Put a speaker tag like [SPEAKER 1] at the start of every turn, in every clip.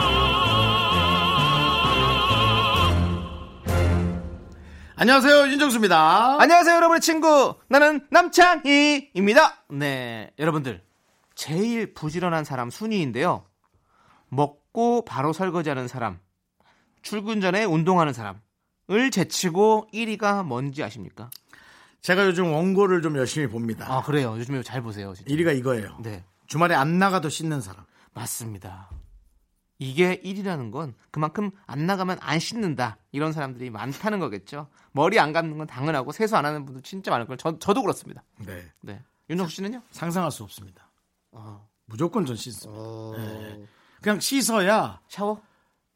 [SPEAKER 1] 안녕하세요 윤정수입니다.
[SPEAKER 2] 안녕하세요, 여러분의 친구. 나는 남창희입니다. 네, 여러분들. 제일 부지런한 사람 순위인데요. 먹고 바로 설거지하는 사람, 출근 전에 운동하는 사람을 제치고 1위가 뭔지 아십니까?
[SPEAKER 1] 제가 요즘 원고를 좀 열심히 봅니다.
[SPEAKER 2] 아, 그래요. 요즘에 잘 보세요. 진짜.
[SPEAKER 1] 1위가 이거예요.
[SPEAKER 2] 네,
[SPEAKER 1] 주말에 안 나가도 씻는 사람.
[SPEAKER 2] 맞습니다. 이게 1위라는 건 그만큼 안 나가면 안 씻는다. 이런 사람들이 많다는 거겠죠. 머리 안 감는 건 당연하고 세수 안 하는 분들 진짜 많을 걸. 저, 저도 그렇습니다.
[SPEAKER 1] 네.
[SPEAKER 2] 네. 윤정수 씨는요?
[SPEAKER 1] 상상할 수 없습니다.
[SPEAKER 2] 어.
[SPEAKER 1] 무조건 전 씻습니다. 네. 그냥 씻어야
[SPEAKER 2] 샤워?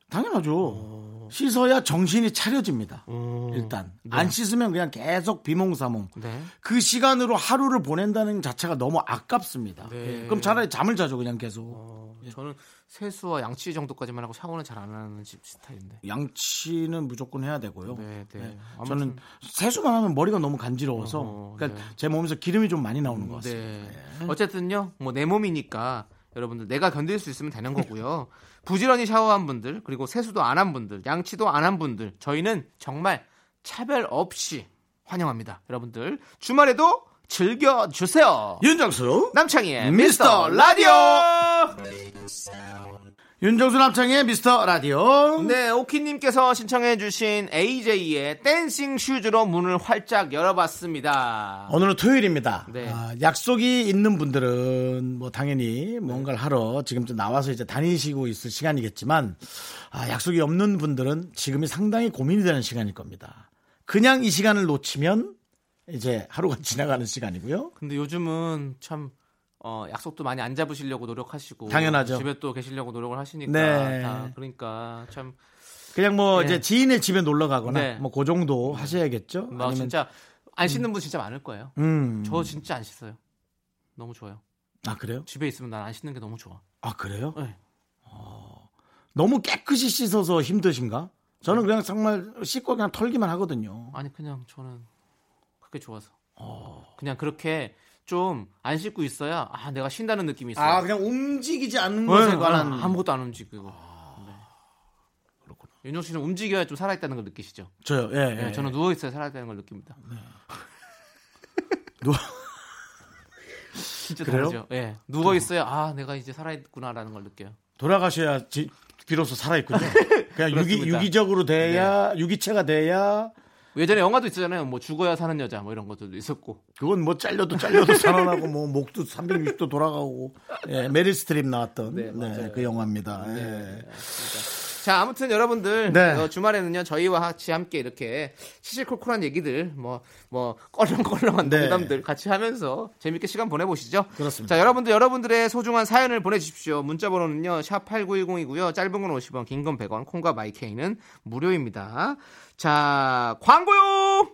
[SPEAKER 1] 당연하죠. 씻어야 정신이 차려집니다. 일단 안 씻으면 그냥 계속 비몽사몽.
[SPEAKER 2] 어. 네.
[SPEAKER 1] 그 시간으로 하루를 보낸다는 자체가 너무 아깝습니다. 그럼 차라리 잠을 자죠 그냥 계속.
[SPEAKER 2] 네. 어, 저는 세수와 양치 정도까지만 하고 샤워는 잘 안 하는 집 스타일인데.
[SPEAKER 1] 양치는 무조건 해야 되고요.
[SPEAKER 2] 네, 네.
[SPEAKER 1] 네.
[SPEAKER 2] 아무튼-
[SPEAKER 1] 저는 세수만 하면 머리가 너무 간지러워서
[SPEAKER 2] 어허,
[SPEAKER 1] 그러니까
[SPEAKER 2] 네.
[SPEAKER 1] 제 몸에서 기름이 좀 많이 나오는 것 같습니다.
[SPEAKER 2] 네. 어쨌든요, 뭐 내 몸이니까 여러분들 내가 견딜 수 있으면 되는 거고요. 부지런히 샤워한 분들 그리고 세수도 안 한 분들, 양치도 안 한 분들 저희는 정말 차별 없이 환영합니다. 여러분들 주말에도 즐겨 주세요.
[SPEAKER 1] 윤정수
[SPEAKER 2] 남창희의
[SPEAKER 1] 미스터
[SPEAKER 2] 미스터 라디오.
[SPEAKER 1] 윤정수 남창의 미스터 라디오.
[SPEAKER 2] 네, 오키님께서 신청해주신 AJ의 댄싱 슈즈로 문을 활짝 열어봤습니다.
[SPEAKER 1] 오늘은 토요일입니다.
[SPEAKER 2] 네.
[SPEAKER 1] 아, 약속이 있는 분들은 뭐 당연히
[SPEAKER 2] 네.
[SPEAKER 1] 뭔가를 하러 지금쯤 나와서 이제 다니시고 있을 시간이겠지만 아, 약속이 없는 분들은 지금이 상당히 고민이 되는 시간일 겁니다. 그냥 이 시간을 놓치면 이제 하루가 지나가는 시간이고요.
[SPEAKER 2] 근데 요즘은 참 어, 약속도 많이 안 잡으시려고 노력하시고
[SPEAKER 1] 당연하죠.
[SPEAKER 2] 집에 또 계시려고 노력을 하시니까
[SPEAKER 1] 네.
[SPEAKER 2] 다 그러니까 참 막
[SPEAKER 1] 그냥 뭐
[SPEAKER 2] 네.
[SPEAKER 1] 이제 지인의 집에 놀러 가거나
[SPEAKER 2] 네. 음,
[SPEAKER 1] 뭐 그 정도 하셔야겠죠. 아니면-
[SPEAKER 2] 뭐 진짜 안 씻는 분 진짜 많을 거예요.
[SPEAKER 1] 음.
[SPEAKER 2] 저 진짜 안 씻어요. 너무 좋아요.
[SPEAKER 1] 아 그래요?
[SPEAKER 2] 집에 있으면 난 안 씻는 게 너무 좋아.
[SPEAKER 1] 아 그래요?
[SPEAKER 2] 네.
[SPEAKER 1] 너무 깨끗이 씻어서 힘드신가? 저는 그냥 정말 씻고 그냥 털기만 하거든요.
[SPEAKER 2] 아니 그냥 저는 그게 좋아서.
[SPEAKER 1] 어.
[SPEAKER 2] 그냥 그렇게 좀 안 씻고 있어야 아 내가 쉰다는 느낌이 있어요.
[SPEAKER 1] 아 그냥 음, 움직이지 않는
[SPEAKER 2] 네,
[SPEAKER 1] 것에
[SPEAKER 2] 네,
[SPEAKER 1] 관한
[SPEAKER 2] 아무것도 안 움직이고. 네. 윤종 씨는 움직여야 좀 살아있다는 걸 느끼시죠?
[SPEAKER 1] 저요. 예, 예.
[SPEAKER 2] 네, 저는 누워 있어야 살아있다는 걸 느낍니다.
[SPEAKER 1] 네. 누워-
[SPEAKER 2] 진짜
[SPEAKER 1] 그래요?
[SPEAKER 2] 다르죠. 예, 누워 있어요. 아, 내가 이제 살아있구나라는 걸 느껴요.
[SPEAKER 1] 돌아가셔야 지, 비로소 살아있군요. 그냥 유기,
[SPEAKER 2] 그렇습니다.
[SPEAKER 1] 유기적으로 돼야 유기체가 돼야
[SPEAKER 2] 예전에 영화도 있었잖아요. 뭐 죽어야 사는 여자 뭐 이런 것도 있었고.
[SPEAKER 1] 그건 뭐 잘려도 잘려도 살아나고 뭐 목도 360도 돌아가고 예, 메릴 스트립 나왔던 네, 그 영화입니다. 예.
[SPEAKER 2] 자, 아무튼 여러분들
[SPEAKER 1] 네.
[SPEAKER 2] 어, 주말에는요 저희와 같이 함께 이렇게 시시콜콜한 얘기들 뭐뭐 껄렁껄렁한
[SPEAKER 1] 네.
[SPEAKER 2] 농담들 같이 하면서 재밌게 시간 보내보시죠.
[SPEAKER 1] 그렇습니다.
[SPEAKER 2] 자, 여러분들 여러분들의 소중한 사연을 보내주십시오. 문자번호는요 샵 #8910이고요. 짧은 건 50원, 긴 건 100원, 콩과 마이케이는 무료입니다. 자, 광고요.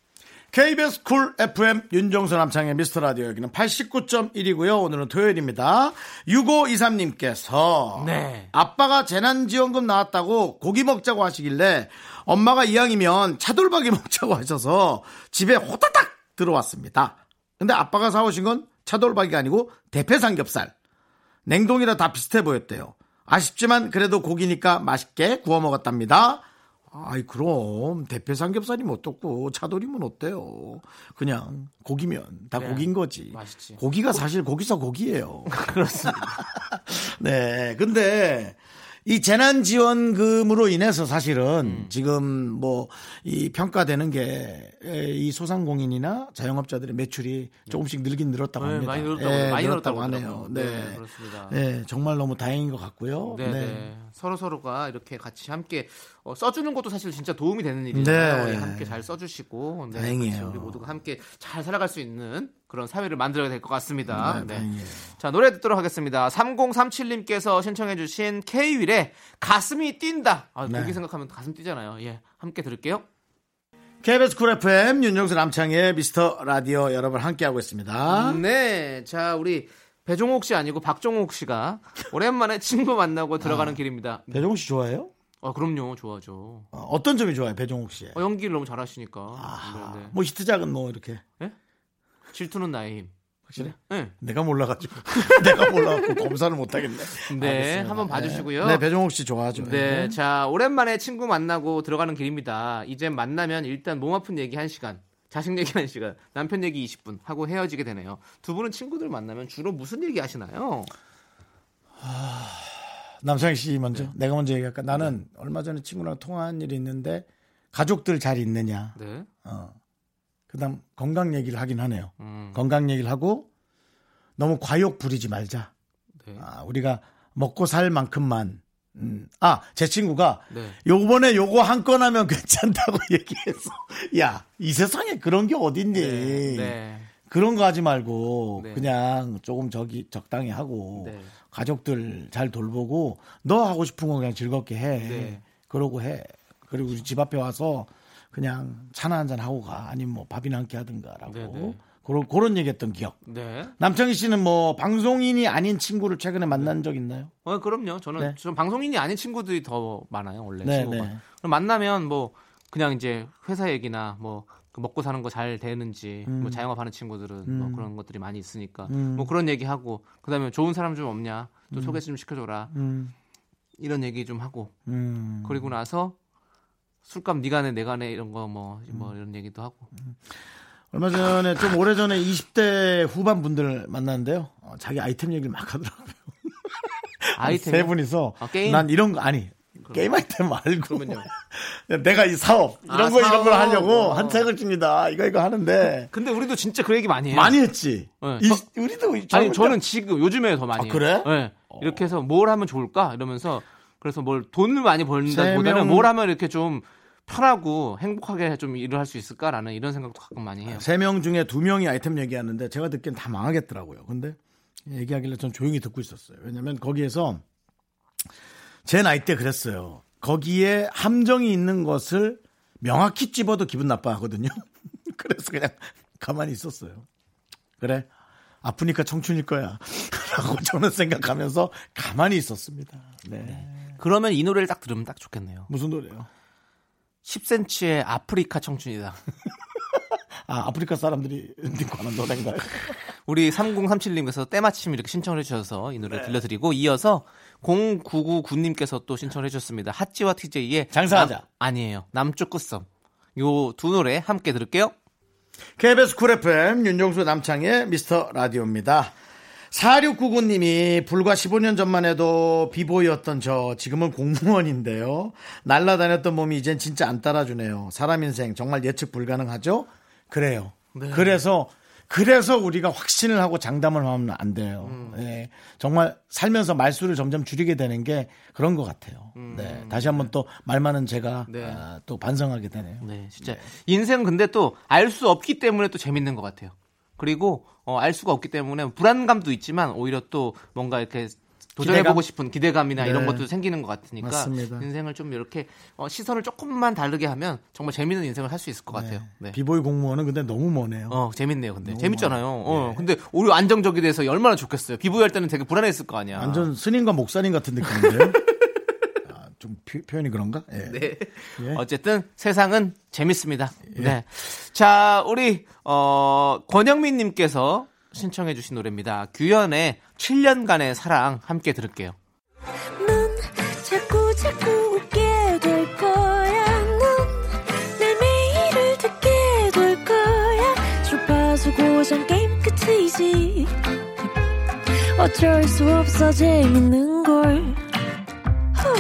[SPEAKER 1] KBS 쿨 FM 윤정수 남창의 미스터 라디오 여기는 89.1이고요. 오늘은 토요일입니다. 6523님께서
[SPEAKER 2] 네.
[SPEAKER 1] 아빠가 재난지원금 나왔다고 고기 먹자고 하시길래 엄마가 이왕이면 차돌박이 먹자고 하셔서 집에 호다닥 들어왔습니다. 근데 아빠가 사오신 건 차돌박이가 아니고 대패 삼겹살. 냉동이라 다 비슷해 보였대요. 아쉽지만 그래도 고기니까 맛있게 구워 먹었답니다. 아이 그럼 대패 삼겹살이면 뭐 어떻고 차돌이면 어때요? 그냥 고기면 다 고기인 거지.
[SPEAKER 2] 맛있지.
[SPEAKER 1] 고기가 사실 고기서 고기예요. 네. 그렇습니다. 네, 근데 이 재난지원금으로 인해서 사실은 지금 뭐 이 평가되는 게 이 소상공인이나 자영업자들의 매출이 조금씩 늘긴 늘었다고
[SPEAKER 2] 네,
[SPEAKER 1] 합니다.
[SPEAKER 2] 많이 늘었다고,
[SPEAKER 1] 예,
[SPEAKER 2] 많이
[SPEAKER 1] 늘었다고
[SPEAKER 2] 늘었다고
[SPEAKER 1] 하네요.
[SPEAKER 2] 하더라고요.
[SPEAKER 1] 네.
[SPEAKER 2] 네, 그렇습니다.
[SPEAKER 1] 네, 정말 너무 다행인 것 같고요.
[SPEAKER 2] 네, 네. 서로 서로가 이렇게 같이 함께 어, 써주는 것도 사실 진짜 도움이 되는 일이잖아요.
[SPEAKER 1] 네.
[SPEAKER 2] 예, 함께 잘 써주시고 네,
[SPEAKER 1] 다행이에요.
[SPEAKER 2] 같이 우리 모두가 함께 잘 살아갈 수 있는 그런 사회를 만들어야 될 것 같습니다.
[SPEAKER 1] 네, 다행이에요.
[SPEAKER 2] 자 노래 듣도록 하겠습니다. 3037님께서
[SPEAKER 1] 네.
[SPEAKER 2] 신청해주신 K 윌의 가슴이 뛴다. 아, 보기 생각하면 가슴 뛰잖아요. 예, 함께 들을게요.
[SPEAKER 1] KBS 쿨 FM 윤정수 남창의 미스터 라디오 여러분 함께하고 있습니다.
[SPEAKER 2] 네, 자 우리 배종옥 씨 아니고 박종옥 씨가 오랜만에 친구 만나고
[SPEAKER 1] 아.
[SPEAKER 2] 들어가는 길입니다.
[SPEAKER 1] 배종욱 씨 좋아해요?
[SPEAKER 2] 아 그럼요, 좋아하죠.
[SPEAKER 1] 어, 어떤 점이 좋아요, 배종욱 씨?
[SPEAKER 2] 어, 연기를 너무 잘하시니까.
[SPEAKER 1] 아,
[SPEAKER 2] 네, 네.
[SPEAKER 1] 뭐 히트작은 뭐 이렇게
[SPEAKER 2] 질투는 나의 힘.
[SPEAKER 1] 확실히
[SPEAKER 2] 네.
[SPEAKER 1] 내가 몰라가지고 내가 몰라갖고 검사를 못하겠네.
[SPEAKER 2] 네,
[SPEAKER 1] 알겠습니다.
[SPEAKER 2] 한번 봐주시고요.
[SPEAKER 1] 네, 배종욱 씨 좋아하죠.
[SPEAKER 2] 네, 자 오랜만에 친구 만나고 들어가는 길입니다. 이제 만나면 일단 몸 아픈 얘기 한 시간, 자식 얘기 한 시간, 남편 얘기 20분 하고 헤어지게 되네요. 두 분은 친구들 만나면 주로 무슨 얘기 하시나요?
[SPEAKER 1] 남창희 씨 먼저
[SPEAKER 2] 네.
[SPEAKER 1] 내가 먼저 얘기할까? 나는 얼마 전에 친구랑 통화한 일이 있는데 가족들 잘 있느냐.
[SPEAKER 2] 네,
[SPEAKER 1] 어. 그다음 건강 얘기를 하긴 하네요.
[SPEAKER 2] 음,
[SPEAKER 1] 건강 얘기를 하고 너무 과욕 부리지 말자.
[SPEAKER 2] 네,
[SPEAKER 1] 아, 우리가 먹고 살 만큼만. 음. 아, 제 친구가
[SPEAKER 2] 네.
[SPEAKER 1] 요번에 요거 한 건 하면 괜찮다고 얘기해서 야, 이 세상에 그런 게 어딨니?
[SPEAKER 2] 네, 네.
[SPEAKER 1] 그런 거 하지 말고
[SPEAKER 2] 네.
[SPEAKER 1] 그냥 조금 저기 적당히 하고
[SPEAKER 2] 네.
[SPEAKER 1] 가족들 잘 돌보고 너 하고 싶은 거 그냥 즐겁게 해
[SPEAKER 2] 네.
[SPEAKER 1] 그러고 해 그리고 우리 집 앞에 와서 그냥 차나 한잔 하고 가 아니면 뭐 밥이나 함께 하든가라고
[SPEAKER 2] 네, 네.
[SPEAKER 1] 그런 그런 얘기했던 기억
[SPEAKER 2] 네.
[SPEAKER 1] 남창희 씨는 뭐 방송인이 아닌 친구를 최근에 만난 적 있나요?
[SPEAKER 2] 어, 그럼요. 저는
[SPEAKER 1] 네.
[SPEAKER 2] 좀 방송인이 아닌 친구들이 더 많아요. 원래
[SPEAKER 1] 네,
[SPEAKER 2] 친구가.
[SPEAKER 1] 네.
[SPEAKER 2] 그럼 만나면 뭐 그냥 이제 회사 얘기나 뭐그 먹고 사는 거 잘 되는지 뭐
[SPEAKER 1] 음.
[SPEAKER 2] 자영업하는 친구들은 뭐 그런 것들이 많이 있으니까 뭐 그런 얘기하고 그다음에 좋은 사람 좀 없냐 또 소개 좀 시켜줘라
[SPEAKER 1] 음,
[SPEAKER 2] 이런 얘기 좀 하고
[SPEAKER 1] 음.
[SPEAKER 2] 그리고 나서 술값 네가 내 내가 내 이런 거 뭐 뭐
[SPEAKER 1] 음.
[SPEAKER 2] 이런 얘기도 하고
[SPEAKER 1] 얼마 전에 좀 오래 전에 20대 후반 분들을 만났는데요 어, 자기 아이템 얘기를 막 하더라고요.
[SPEAKER 2] 아이템
[SPEAKER 1] 세 분이서
[SPEAKER 2] 아, 게임?
[SPEAKER 1] 난 이런 거 아니 게임 아이템 말고
[SPEAKER 2] 그러면요.
[SPEAKER 1] 내가 이 사업 이런
[SPEAKER 2] 아,
[SPEAKER 1] 거 이런 걸
[SPEAKER 2] 사업.
[SPEAKER 1] 하려고
[SPEAKER 2] 어.
[SPEAKER 1] 한 책을 줍니다 이거 이거 하는데
[SPEAKER 2] 근데 우리도 진짜 그 얘기 많이 해요.
[SPEAKER 1] 많이 했지
[SPEAKER 2] 네.
[SPEAKER 1] 이-
[SPEAKER 2] 저-
[SPEAKER 1] 우리도 이-
[SPEAKER 2] 아니 저는 지금 요즘에 더 많이
[SPEAKER 1] 아,
[SPEAKER 2] 해요.
[SPEAKER 1] 그래?
[SPEAKER 2] 네. 이렇게 해서 뭘 하면 좋을까 이러면서 그래서 뭘 돈을 많이
[SPEAKER 1] 세
[SPEAKER 2] 벌는다보다는
[SPEAKER 1] 명-
[SPEAKER 2] 뭘 하면 이렇게 좀 편하고 행복하게 좀 일을 할 수 있을까라는 이런 생각도 가끔 많이 해요.
[SPEAKER 1] 세네 명 중에 두 명이 아이템 얘기하는데 제가 듣기엔 다 망하겠더라고요 근데 얘기하길래 전 조용히 듣고 있었어요 왜냐면 거기에서 제 나이 때 그랬어요 거기에 함정이 있는 것을 명확히 집어도 기분 나빠하거든요 그래서 그냥 가만히 있었어요 그래 아프니까 청춘일 거야 라고 저는 생각하면서 가만히 있었습니다 네.
[SPEAKER 2] 아, 그러면 이 노래를 딱 들으면 딱 좋겠네요.
[SPEAKER 1] 무슨 노래요?
[SPEAKER 2] 10cm의 아프리카 청춘이다.
[SPEAKER 1] 아 아프리카 사람들이 듣고 하는 노래인가요?
[SPEAKER 2] 우리 3037님께서 때마침 이렇게 신청을 해주셔서 이 노래
[SPEAKER 1] 네.
[SPEAKER 2] 를 들려드리고 이어서 0999님께서 또 신청을 해주셨습니다. 핫지와 TJ의
[SPEAKER 1] 장사하자.
[SPEAKER 2] 아니에요. 남쪽 끝섬. 요 두 노래 함께 들을게요.
[SPEAKER 1] KBS 쿨 FM 윤정수 남창의 미스터 라디오입니다. 4699님이 불과 15년 전만 해도 비보이였던 저 지금은 공무원인데요. 날라다녔던 몸이 이젠 진짜 안 따라주네요. 사람 인생 정말 예측 불가능하죠? 그래요.
[SPEAKER 2] 네.
[SPEAKER 1] 그래서 그래서 우리가 확신을 하고 장담을 하면 안 돼요.
[SPEAKER 2] 음.
[SPEAKER 1] 예. 정말 살면서 말수를 점점 줄이게 되는 게 그런 것 같아요. 네. 다시 한번 또 말 많은 제가
[SPEAKER 2] 음. 네.
[SPEAKER 1] 아, 또 반성하게 되네요.
[SPEAKER 2] 네, 진짜 인생 근데 또 알 수 없기 때문에 또 재밌는 것 같아요. 그리고 어, 알 수가 없기 때문에 불안감도 있지만 오히려 또 뭔가 이렇게 도전해보고
[SPEAKER 1] 기대감?
[SPEAKER 2] 싶은 기대감이나 이런
[SPEAKER 1] 네.
[SPEAKER 2] 것도 생기는 것 같으니까
[SPEAKER 1] 맞습니다.
[SPEAKER 2] 인생을 좀 이렇게 어, 시선을 조금만 다르게 하면 정말 재밌는 인생을 살 수 있을 것 같아요. 네.
[SPEAKER 1] 비보이 공무원은 근데 너무 머네요.
[SPEAKER 2] 어 재밌네요 근데 재밌잖아요 어
[SPEAKER 1] 네.
[SPEAKER 2] 근데 오히려 안정적이 돼서 얼마나 좋겠어요 비보이 할 때는 되게 불안했을 거 아니야
[SPEAKER 1] 완전 스님과 목사님 같은 느낌인데요. 아, 좀 표, 현이 그런가? 예.
[SPEAKER 2] 네.
[SPEAKER 1] 예.
[SPEAKER 2] 어쨌든 세상은 재밌습니다. 네. 자, 우리 어 권영민 님께서 신청해 주신 노래입니다. 규현의 7년간의 사랑 함께 들을게요.
[SPEAKER 3] 넌 자꾸 자꾸 웃게 될 거야. 넌내 매일을 듣게 될 거야. 주파수 고정 게임 끝이지. 어쩔 수 없어 재밌는 걸. 후.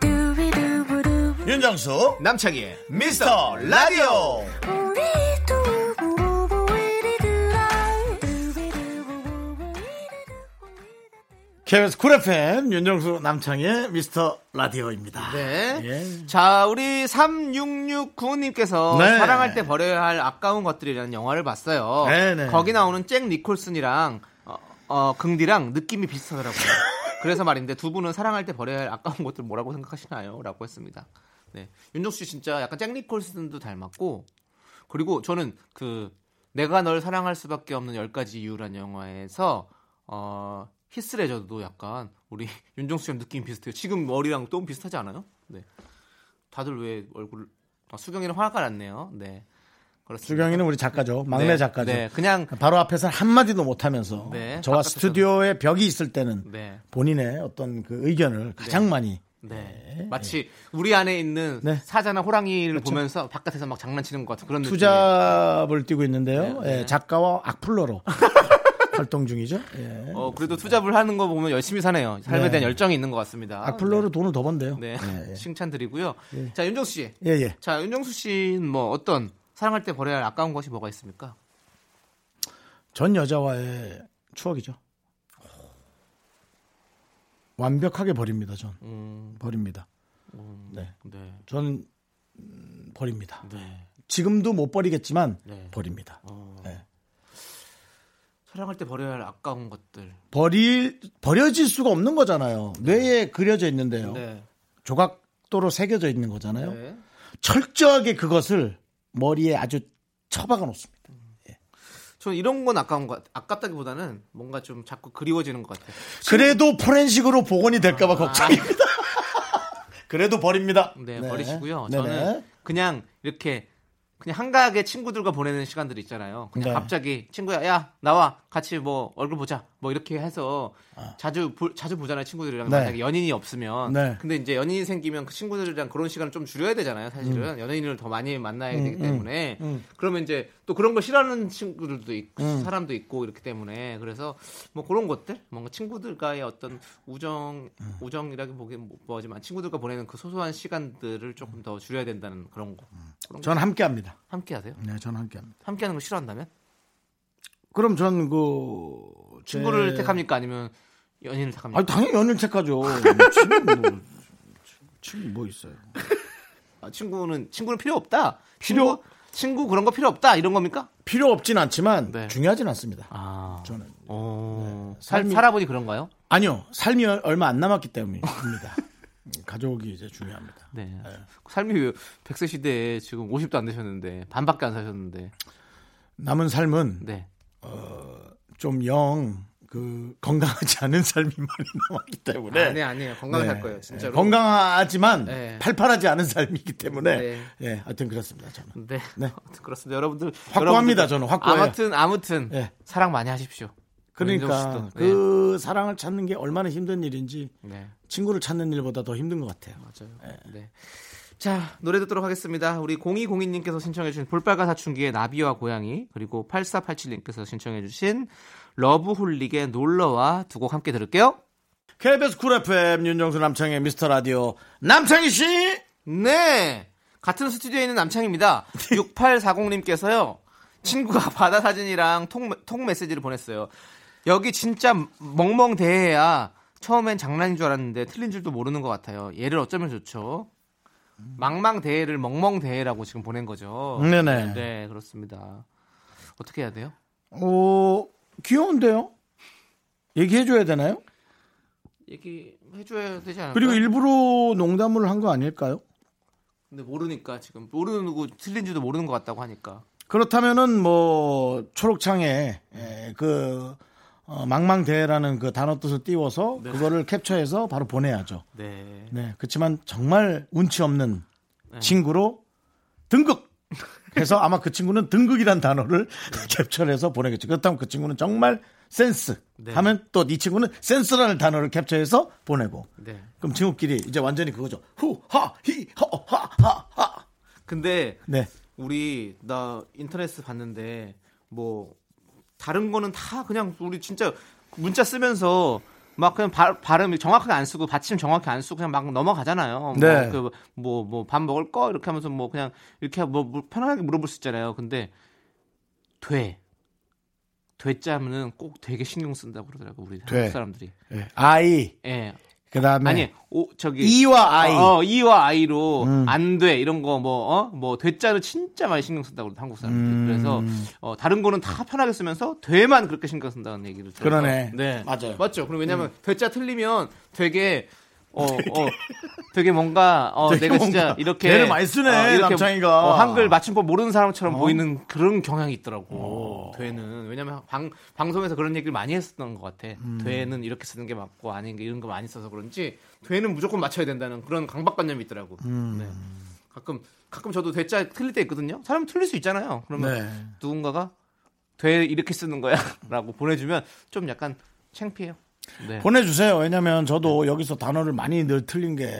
[SPEAKER 3] 두비두부두부.
[SPEAKER 1] 윤정수
[SPEAKER 2] 남창희의
[SPEAKER 1] 미스터 라디오
[SPEAKER 3] 우리 두부부부 우리들아. 두비두부부부 우리들아.
[SPEAKER 1] KBS 쿨 FM 윤정수 남창의 미스터 라디오입니다.
[SPEAKER 2] 네.
[SPEAKER 1] 예.
[SPEAKER 2] 자, 우리 3669님께서
[SPEAKER 1] 네.
[SPEAKER 2] 사랑할 때 버려야 할 아까운 것들이라는 영화를 봤어요.
[SPEAKER 1] 네, 네.
[SPEAKER 2] 거기 나오는 잭 니콜슨이랑 어, 어, 긍디랑 느낌이 비슷하더라고요. 그래서 말인데 두 분은 사랑할 때 버려야 할 아까운 것들 뭐라고 생각하시나요? 라고 했습니다. 네. 윤종수 씨 진짜 약간 잭 니콜슨도 닮았고 그리고 저는 그 내가 널 사랑할 수밖에 없는 10가지 이유란 영화에서 어 히스레저도 약간 우리 윤종수 형 느낌 비슷해요. 지금 머리랑 똥 비슷하지 않아요? 네. 다들 왜 얼굴 아, 수경이는 화가 났네요. 네. 그렇습니다.
[SPEAKER 1] 수경이는 우리 작가죠. 막내
[SPEAKER 2] 네,
[SPEAKER 1] 작가죠. 그러니까
[SPEAKER 2] 네. 그냥
[SPEAKER 1] 바로 앞에서 한마디도 못하면서
[SPEAKER 2] 네,
[SPEAKER 1] 저와
[SPEAKER 2] 바깥에서도.
[SPEAKER 1] 스튜디오의 벽이 있을 때는
[SPEAKER 2] 네.
[SPEAKER 1] 본인의 어떤 그 의견을 가장 많이
[SPEAKER 2] 네. 마치 우리 안에 있는
[SPEAKER 1] 네. 그렇죠.
[SPEAKER 2] 사자나 호랑이를 보면서 바깥에서 막 장난치는 것 같은 그런 느낌.
[SPEAKER 1] 투잡을 띄고 있는데요.
[SPEAKER 2] 네,
[SPEAKER 1] 예,
[SPEAKER 2] 네.
[SPEAKER 1] 작가와 악플러로 활동 중이죠. 예.
[SPEAKER 2] 어, 그래도 투잡을 하는 거 보면 열심히 사네요. 삶에
[SPEAKER 1] 네.
[SPEAKER 2] 대한 열정이 있는 것 같습니다.
[SPEAKER 1] 악플러로 돈을 더 번대요.
[SPEAKER 2] 아, 네.
[SPEAKER 1] 예,
[SPEAKER 2] 네. 칭찬 드리고요. 자, 윤정수 씨.
[SPEAKER 1] 예. 예, 예.
[SPEAKER 2] 자, 윤정수 씨는 뭐 어떤 사랑할 때 버려야 할 아까운 것이 뭐가 있습니까?
[SPEAKER 1] 전 여자와의 추억이죠. 완벽하게 버립니다. 전
[SPEAKER 2] 음,
[SPEAKER 1] 버립니다. 네,
[SPEAKER 2] 네.
[SPEAKER 1] 전 음, 버립니다.
[SPEAKER 2] 네.
[SPEAKER 1] 지금도 못 버리겠지만
[SPEAKER 2] 네.
[SPEAKER 1] 버립니다.
[SPEAKER 2] 어,
[SPEAKER 1] 네.
[SPEAKER 2] 사랑할 때 버려야 할 아까운 것들.
[SPEAKER 1] 버릴 버려질 수가 없는 거잖아요. 뇌에 그려져 있는데요.
[SPEAKER 2] 네.
[SPEAKER 1] 조각도로 새겨져 있는 거잖아요.
[SPEAKER 2] 네.
[SPEAKER 1] 철저하게 그것을 머리에 아주 처박아 놓습니다.
[SPEAKER 2] 저는 이런 건 아까운 것 같- 아깝다기보다는 뭔가 좀 자꾸 그리워지는 것 같아요.
[SPEAKER 1] 그래도 포렌식으로 복원이 될까봐 걱정입니다. 그래도 버립니다.
[SPEAKER 2] 아. 네, 버리시고요.
[SPEAKER 1] 네네.
[SPEAKER 2] 저는 그냥 이렇게 그냥 한가하게 친구들과 보내는 시간들 있잖아요. 그냥
[SPEAKER 1] 네.
[SPEAKER 2] 갑자기 친구야, 야 나와 같이 뭐 얼굴 보자, 뭐 이렇게 해서 자주 보, 자주 보잖아요 친구들이랑
[SPEAKER 1] 아. 네.
[SPEAKER 2] 만약에 연인이 없으면.
[SPEAKER 1] 네.
[SPEAKER 2] 아, 근데 이제 연인이 생기면 그 친구들이랑 그런 시간을 좀 줄여야 되잖아요. 사실은
[SPEAKER 1] 음.
[SPEAKER 2] 연예인을 더 많이 만나야 되기 때문에 그러면 이제 또 그런 거 싫어하는 친구들도 있고
[SPEAKER 1] 음.
[SPEAKER 2] 사람도 있고 이렇기 때문에 그래서 뭐 그런 것들 뭔가 친구들과의 어떤 우정
[SPEAKER 1] 음.
[SPEAKER 2] 우정이라기 보기 뭐지만 친구들과 보내는 그 소소한 시간들을 조금 더 줄여야 된다는 그런
[SPEAKER 1] 음.
[SPEAKER 2] 거
[SPEAKER 1] 전 함께합니다.
[SPEAKER 2] 함께하세요?
[SPEAKER 1] 네, 전 함께합니다.
[SPEAKER 2] 함께하는 거 싫어한다면
[SPEAKER 1] 그럼 전그
[SPEAKER 2] 친구를 택합니까 아니면 연인을 택합니까?
[SPEAKER 1] 아니 당연히 연을 택하죠. 친구 뭐, 친구 뭐 있어요?
[SPEAKER 2] 아, 친구는 친구는 필요 없다.
[SPEAKER 1] 필요-
[SPEAKER 2] 친구, 친구 그런 거 필요 없다 이런 겁니까?
[SPEAKER 1] 필요 없진 않지만
[SPEAKER 2] 네.
[SPEAKER 1] 중요하진 않습니다.
[SPEAKER 2] 아,
[SPEAKER 1] 저는
[SPEAKER 2] 어, 살,
[SPEAKER 1] 삶이-
[SPEAKER 2] 살아보니 그런가요?
[SPEAKER 1] 아니요 삶이 얼- 얼마 안 남았기 때문입니다. 가족이 이제 중요합니다.
[SPEAKER 2] 네. 삶이 왜 100세 시대에 지금 50도 안 되셨는데 반밖에 안 사셨는데.
[SPEAKER 1] 남은 삶은
[SPEAKER 2] 네.
[SPEAKER 1] 좀 영 그 건강하지 않은 삶이 많이 남았기 때문에
[SPEAKER 2] 아니 아니에요. 건강을
[SPEAKER 1] 네.
[SPEAKER 2] 살 거예요. 진짜로.
[SPEAKER 1] 네, 건강하지만
[SPEAKER 2] 네.
[SPEAKER 1] 팔팔하지 않은 삶이기 때문에
[SPEAKER 2] 네.
[SPEAKER 1] 예, 하여튼 그렇습니다. 저는.
[SPEAKER 2] 네.
[SPEAKER 1] 네.
[SPEAKER 2] 그렇습니다. 여러분들
[SPEAKER 1] 확고합니다,
[SPEAKER 2] 여러분들,
[SPEAKER 1] 저는. 확고해요.
[SPEAKER 2] 그 아무튼 아무튼
[SPEAKER 1] 네.
[SPEAKER 2] 사랑 많이 하십시오.
[SPEAKER 1] 그러니까
[SPEAKER 2] 윤정수 씨도.
[SPEAKER 1] 그 사랑을 찾는 게 얼마나 힘든 일인지
[SPEAKER 2] 네. 네.
[SPEAKER 1] 친구를 찾는 일보다 더 힘든 것 같아요.
[SPEAKER 2] 맞아요. 네. 자, 노래 듣도록 하겠습니다. 우리 0202님께서 신청해주신 볼빨간 사춘기의 나비와 고양이, 그리고 8487님께서 신청해주신 러브홀릭의 놀러와 두 곡 함께 들을게요.
[SPEAKER 1] KBS 쿨 FM 윤정수 남창의 미스터 라디오 남창희 씨
[SPEAKER 2] 네! 같은 스튜디오에 있는 남창입니다. 6840님께서요, 친구가 바다 사진이랑 통, 통 메시지를 보냈어요. 여기 진짜 멍멍대해야 처음엔 장난인 줄 알았는데 틀린 줄도 모르는 것 같아요. 얘를 어쩌면 좋죠? 망망대해를 멍멍대해라고 지금 보낸 거죠.
[SPEAKER 1] 네네.
[SPEAKER 2] 네, 그렇습니다. 어떻게 해야 돼요?
[SPEAKER 1] 오 어, 귀여운데요? 얘기해줘야 되나요?
[SPEAKER 2] 얘기해줘야 되지 않을까요?
[SPEAKER 1] 그리고 일부러 농담을 한 거 아닐까요?
[SPEAKER 2] 근데 모르니까 지금 모르는 거 틀린지도 모르는 것 같다고 하니까.
[SPEAKER 1] 그렇다면은 뭐 초록창에 에, 그 어, 망망대해라는 그 단어 뜻을 띄워서 그거를 캡처해서 바로 보내야죠.
[SPEAKER 2] 네.
[SPEAKER 1] 네, 그렇지만 정말 운치 없는 친구로 등극. 해서 아마 그 친구는 등극이란 단어를 캡처해서 보내겠죠. 그렇다면 그 친구는 정말 센스
[SPEAKER 2] 네.
[SPEAKER 1] 하면 또 이 친구는 센스라는 단어를 캡처해서 보내고
[SPEAKER 2] 네.
[SPEAKER 1] 그럼 친구끼리 이제 완전히 그거죠. 후하히허하하하.
[SPEAKER 2] 근데
[SPEAKER 1] 네,
[SPEAKER 2] 우리 나 인터넷 봤는데 뭐 다른 거는 다 그냥 우리 진짜 문자 쓰면서 막 그냥 발, 발음 정확하게 안 쓰고 받침 정확히 안 쓰고 그냥 막 넘어가잖아요. 뭐
[SPEAKER 1] 네.
[SPEAKER 2] 뭐뭐 뭐 밥 먹을 거 이렇게 하면서 뭐 그냥 이렇게 뭐, 뭐 편하게 물어볼 수 있잖아요. 근데 돼. 되자면은 꼭 되게 신경 쓴다고 그러더라고 우리
[SPEAKER 1] 돼.
[SPEAKER 2] 한국 사람들이.
[SPEAKER 1] 네. 아이
[SPEAKER 2] 예.
[SPEAKER 1] 그다음에
[SPEAKER 2] 아니, 오 저기
[SPEAKER 1] 이와 음. 아이
[SPEAKER 2] 어, 어, 이와 아이로 안 돼 이런 거 뭐 어? 뭐 되자를 진짜 많이 신경 쓴다고 그러더라고요, 한국 사람들.
[SPEAKER 1] 음.
[SPEAKER 2] 이 그래서 어, 다른 거는 다 편하게 쓰면서 돼만 그렇게 신경 쓴다는 얘기를 들어요.
[SPEAKER 1] 그러네.
[SPEAKER 2] 네.
[SPEAKER 1] 맞아요.
[SPEAKER 2] 맞죠. 그럼 왜냐면 되자 틀리면 되게 어, 어, 되게 뭔가, 어,
[SPEAKER 1] 되게
[SPEAKER 2] 내가 진짜
[SPEAKER 1] 뭔가
[SPEAKER 2] 이렇게.
[SPEAKER 1] 배를 많이 쓰네, 남창희가. 어?
[SPEAKER 2] 어, 한글 맞춤법 모르는 사람처럼 보이는 그런 경향이 있더라고. 되는. 왜냐면 방, 방송에서 그런 얘기를 많이 했었던 것 같아.
[SPEAKER 1] 음.
[SPEAKER 2] 되는 이렇게 쓰는 게 맞고, 아닌 게 이런 거 많이 써서 그런지, 되는 무조건 맞춰야 된다는 그런 강박관념이 있더라고.
[SPEAKER 1] 음.
[SPEAKER 2] 네. 가끔, 가끔 저도 되자 틀릴 때 있거든요. 사람 틀릴 수 있잖아요. 그러면
[SPEAKER 1] 네.
[SPEAKER 2] 누군가가 돼 이렇게 쓰는 거야 라고 보내주면 좀 약간 창피해요. 네.
[SPEAKER 1] 보내주세요. 왜냐면 저도 여기서 단어를 많이 늘 틀린 게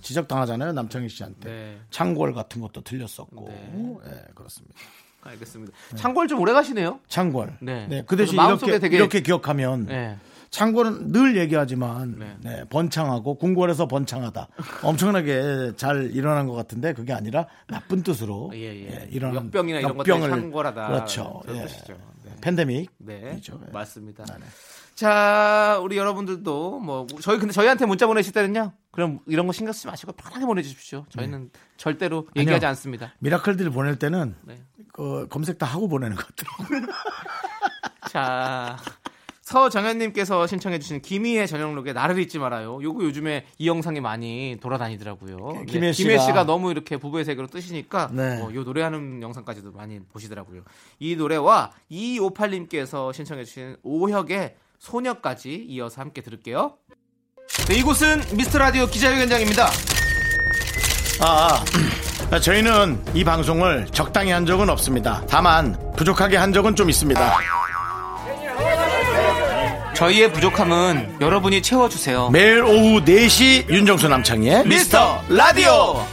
[SPEAKER 1] 지적당하잖아요. 남창희 씨한테.
[SPEAKER 2] 네.
[SPEAKER 1] 창궐 같은 것도 틀렸었고.
[SPEAKER 2] 네.
[SPEAKER 1] 예, 그렇습니다.
[SPEAKER 2] 알겠습니다. 창궐 좀 오래 가시네요.
[SPEAKER 1] 창궐. 네.
[SPEAKER 2] 네.
[SPEAKER 1] 그 대신
[SPEAKER 2] 그래서 마음속에
[SPEAKER 1] 이렇게,
[SPEAKER 2] 되게-
[SPEAKER 1] 이렇게 기억하면
[SPEAKER 2] 네.
[SPEAKER 1] 창궐은 늘 얘기하지만
[SPEAKER 2] 네.
[SPEAKER 1] 네, 번창하고 궁궐에서 번창하다. 엄청나게 잘 일어난 것 같은데 그게 아니라 나쁜 뜻으로
[SPEAKER 2] 예, 예.
[SPEAKER 1] 일어난
[SPEAKER 2] 역병이나 이런
[SPEAKER 1] 역병을-
[SPEAKER 2] 것들 창궐하다.
[SPEAKER 1] 그렇죠.
[SPEAKER 2] 그런
[SPEAKER 1] 예.
[SPEAKER 2] 뜻이죠. 네.
[SPEAKER 1] 팬데믹.
[SPEAKER 2] 네,
[SPEAKER 1] 이죠. 예.
[SPEAKER 2] 맞습니다.
[SPEAKER 1] 네.
[SPEAKER 2] 자, 우리 여러분들도 뭐 저희 근데 저희한테 문자 보내실 때는요. 그럼 이런 거 신경 쓰지 마시고 편하게 보내주십시오. 저희는 절대로 얘기하지
[SPEAKER 1] 아니요.
[SPEAKER 2] 않습니다.
[SPEAKER 1] 미라클들 보낼 때는
[SPEAKER 2] 네.
[SPEAKER 1] 그 검색 다 하고 보내는 것 같아요.
[SPEAKER 2] 자. 서정현님께서 신청해주신 김희애 전영록의 나를 잊지 말아요. 요거 요즘에 이 영상이 많이 돌아다니더라고요.
[SPEAKER 1] 김희애
[SPEAKER 2] 네,
[SPEAKER 1] 씨가-
[SPEAKER 2] 너무 이렇게 부부의 세계로 뜨시니까
[SPEAKER 1] 네.
[SPEAKER 2] 어, 요 노래하는 영상까지도 많이 보시더라고요. 이 노래와 258님께서 신청해주신 오혁의 소녀까지 이어서 함께 들을게요. 네, 이곳은 미스터 라디오 기자회견장입니다.
[SPEAKER 1] 아, 아. 저희는 이 방송을 적당히 한 적은 없습니다. 다만 부족하게 한 적은 좀 있습니다.
[SPEAKER 2] 저희의 부족함은 여러분이 채워주세요.
[SPEAKER 1] 매일 오후 4시 윤정수 남창희의
[SPEAKER 2] 미스터 라디오.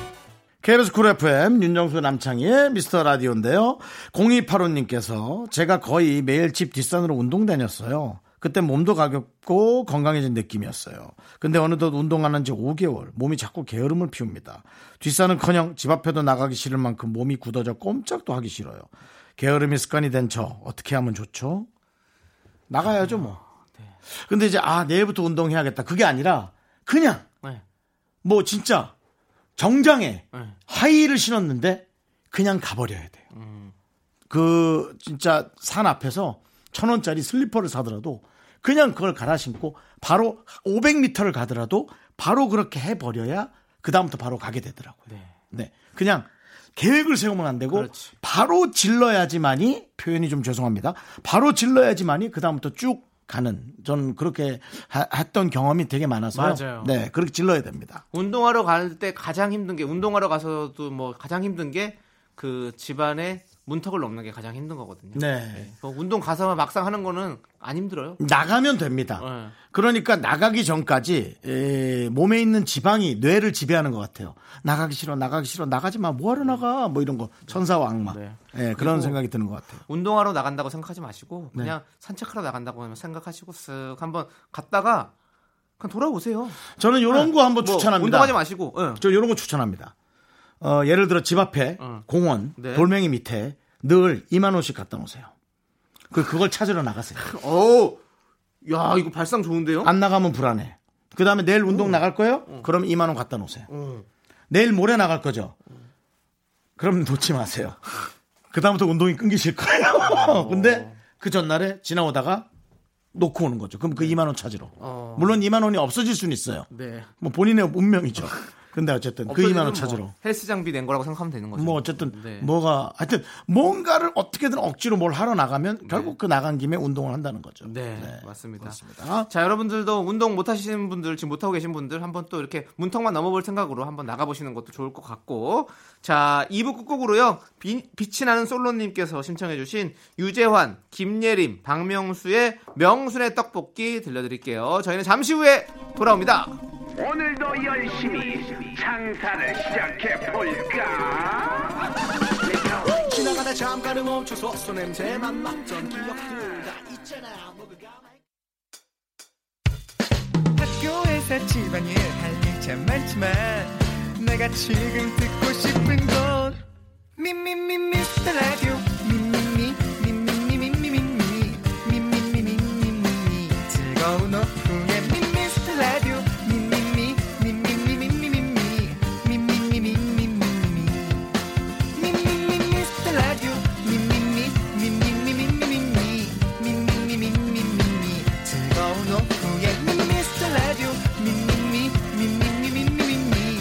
[SPEAKER 1] KBS 쿨 FM 윤정수 남창희의 미스터 라디오인데요. 0285님께서 제가 거의 매일 집 뒷산으로 운동 다녔어요. 그때 몸도 가볍고 건강해진 느낌이었어요. 근데 어느덧 운동하는 지 5개월 몸이 자꾸 게으름을 피웁니다. 뒷산은커녕 집 앞에도 나가기 싫을 만큼 몸이 굳어져 꼼짝도 하기 싫어요. 게으름이 습관이 된 저 어떻게 하면 좋죠? 나가야죠 뭐. 근데 이제 아 내일부터 운동해야겠다 그게 아니라 그냥
[SPEAKER 2] 네.
[SPEAKER 1] 뭐 진짜 정장에
[SPEAKER 2] 네.
[SPEAKER 1] 하이힐을 신었는데 그냥 가버려야 돼요.
[SPEAKER 2] 음.
[SPEAKER 1] 그 진짜 산 앞에서 천 원짜리 슬리퍼를 사더라도 그냥 그걸 갈아 신고 바로 500m를 가더라도 바로 그렇게 해버려야 그 다음부터 바로 가게 되더라고요. 네. 그냥 계획을 세우면 안 되고
[SPEAKER 2] 그렇지.
[SPEAKER 1] 바로 질러야지만이 표현이 좀 죄송합니다. 바로 질러야지만이 그 다음부터 쭉 가는 저는 그렇게 하- 했던 경험이 되게 많아서요.
[SPEAKER 2] 맞아요.
[SPEAKER 1] 네, 그렇게 질러야 됩니다.
[SPEAKER 2] 운동하러 갈 때 가장 힘든 게 운동하러 가서도 뭐 가장 힘든 게 그 집안의 문턱을 넘는 게 가장 힘든 거거든요.
[SPEAKER 1] 네.
[SPEAKER 2] 뭐 운동 가서 막상 하는 거는 안 힘들어요.
[SPEAKER 1] 나가면 됩니다.
[SPEAKER 2] 네.
[SPEAKER 1] 그러니까 나가기 전까지 에, 몸에 있는 지방이 뇌를 지배하는 것 같아요. 나가기 싫어, 나가기 싫어, 나가지 마, 뭐하러 나가? 뭐 이런 거 천사와 악마.
[SPEAKER 2] 네.
[SPEAKER 1] 예, 그런 생각이 드는 것 같아요.
[SPEAKER 2] 운동하러 나간다고 생각하지 마시고
[SPEAKER 1] 네.
[SPEAKER 2] 그냥 산책하러 나간다고 생각하시고 쓱 한번 갔다가 그냥 돌아오세요.
[SPEAKER 1] 저는 이런 거 한번
[SPEAKER 2] 뭐
[SPEAKER 1] 추천합니다.
[SPEAKER 2] 운동하지 마시고. 예.
[SPEAKER 1] 저 이런 거 추천합니다. 어, 예를 들어 집 앞에
[SPEAKER 2] 어.
[SPEAKER 1] 공원
[SPEAKER 2] 네.
[SPEAKER 1] 돌멩이 밑에 늘 2만 원씩 갖다 놓으세요. 그 그걸 찾으러 나가세요.
[SPEAKER 2] 어우, 야 이거 발상 좋은데요?
[SPEAKER 1] 안 나가면 불안해. 그 다음에 내일 운동 나갈 거예요?
[SPEAKER 2] 음.
[SPEAKER 1] 그럼 2만 원 갖다 놓으세요. 내일 모레 나갈 거죠? 그럼 놓지 마세요. 그 다음부터 운동이 끊기실
[SPEAKER 2] 어.
[SPEAKER 1] 거예요. 근데 그 전날에 지나오다가 놓고 오는 거죠. 그럼 그 2만 원 찾으러.
[SPEAKER 2] 네. 어.
[SPEAKER 1] 물론 2만 원이 없어질 수는 있어요.
[SPEAKER 2] 네.
[SPEAKER 1] 뭐 본인의 운명이죠. 근데 어쨌든 그 2만 원 찾으러.
[SPEAKER 2] 뭐 헬스 장비 낸 거라고 생각하면 되는 거죠.
[SPEAKER 1] 뭐 어쨌든
[SPEAKER 2] 네.
[SPEAKER 1] 뭐가 하여튼 뭔가를 어떻게든 억지로 뭘 하러 나가면 결국 그 나간 김에 운동을 한다는 거죠.
[SPEAKER 2] 네, 맞습니다.
[SPEAKER 1] 그렇습니다.
[SPEAKER 2] 자, 여러분들도 운동 못 하시는 분들, 지금 못 하고 계신 분들 한번 또 이렇게 문턱만 넘어볼 생각으로 한번 나가 보시는 것도 좋을 것 같고. 자, 2부 끝곡으로요. 비, 빛이 나는 솔로 님께서 신청해 주신 유재환, 김예림, 박명수의 명순의 떡볶이 들려 드릴게요. 저희는 잠시 후에 돌아옵니다.
[SPEAKER 4] 오늘도 열심히 장사를 시작해 볼까?
[SPEAKER 1] 지나가다 잠깐은 멈춰서 냄새만 맡던 기억들 다 있잖아
[SPEAKER 5] 학교에서 집안일 할 일 참 많지만 내가 지금 듣고 싶은 건 미미미 미스터 라디오 미미미 미미미 미미미 미미미 미미미 미미미 즐거운 오후에 미스터 라디오 미미미 미미미 미미미 미미미 미미미 미미미 즐거운 오후에 미스터 라디오 미미미 미미미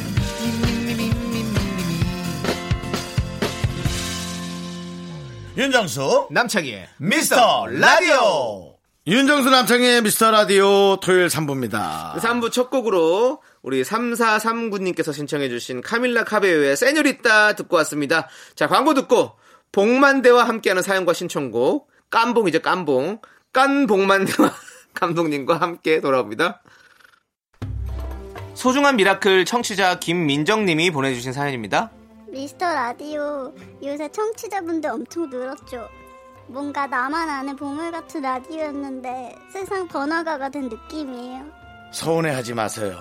[SPEAKER 6] 윤정수
[SPEAKER 2] 남창희의
[SPEAKER 6] 미스터 라디오
[SPEAKER 1] 윤정수 남창의 미스터 라디오 토요일 3부입니다.
[SPEAKER 2] 3부 그 첫 곡으로 우리 3439님께서 신청해주신 카밀라 카베요의 세뇨리따 듣고 왔습니다. 자, 광고 듣고 복만대와 함께하는 사연과 신청곡 깐봉이죠, 깐봉. 깐봉만대와 감독님과 함께 돌아옵니다. 소중한 미라클 청취자 김민정님이 보내주신 사연입니다.
[SPEAKER 3] 미스터 라디오 요새 청취자분들 엄청 늘었죠. 뭔가 나만 아는 보물 같은 라디오였는데 세상 번화가가 된 느낌이에요.
[SPEAKER 1] 서운해하지 마세요.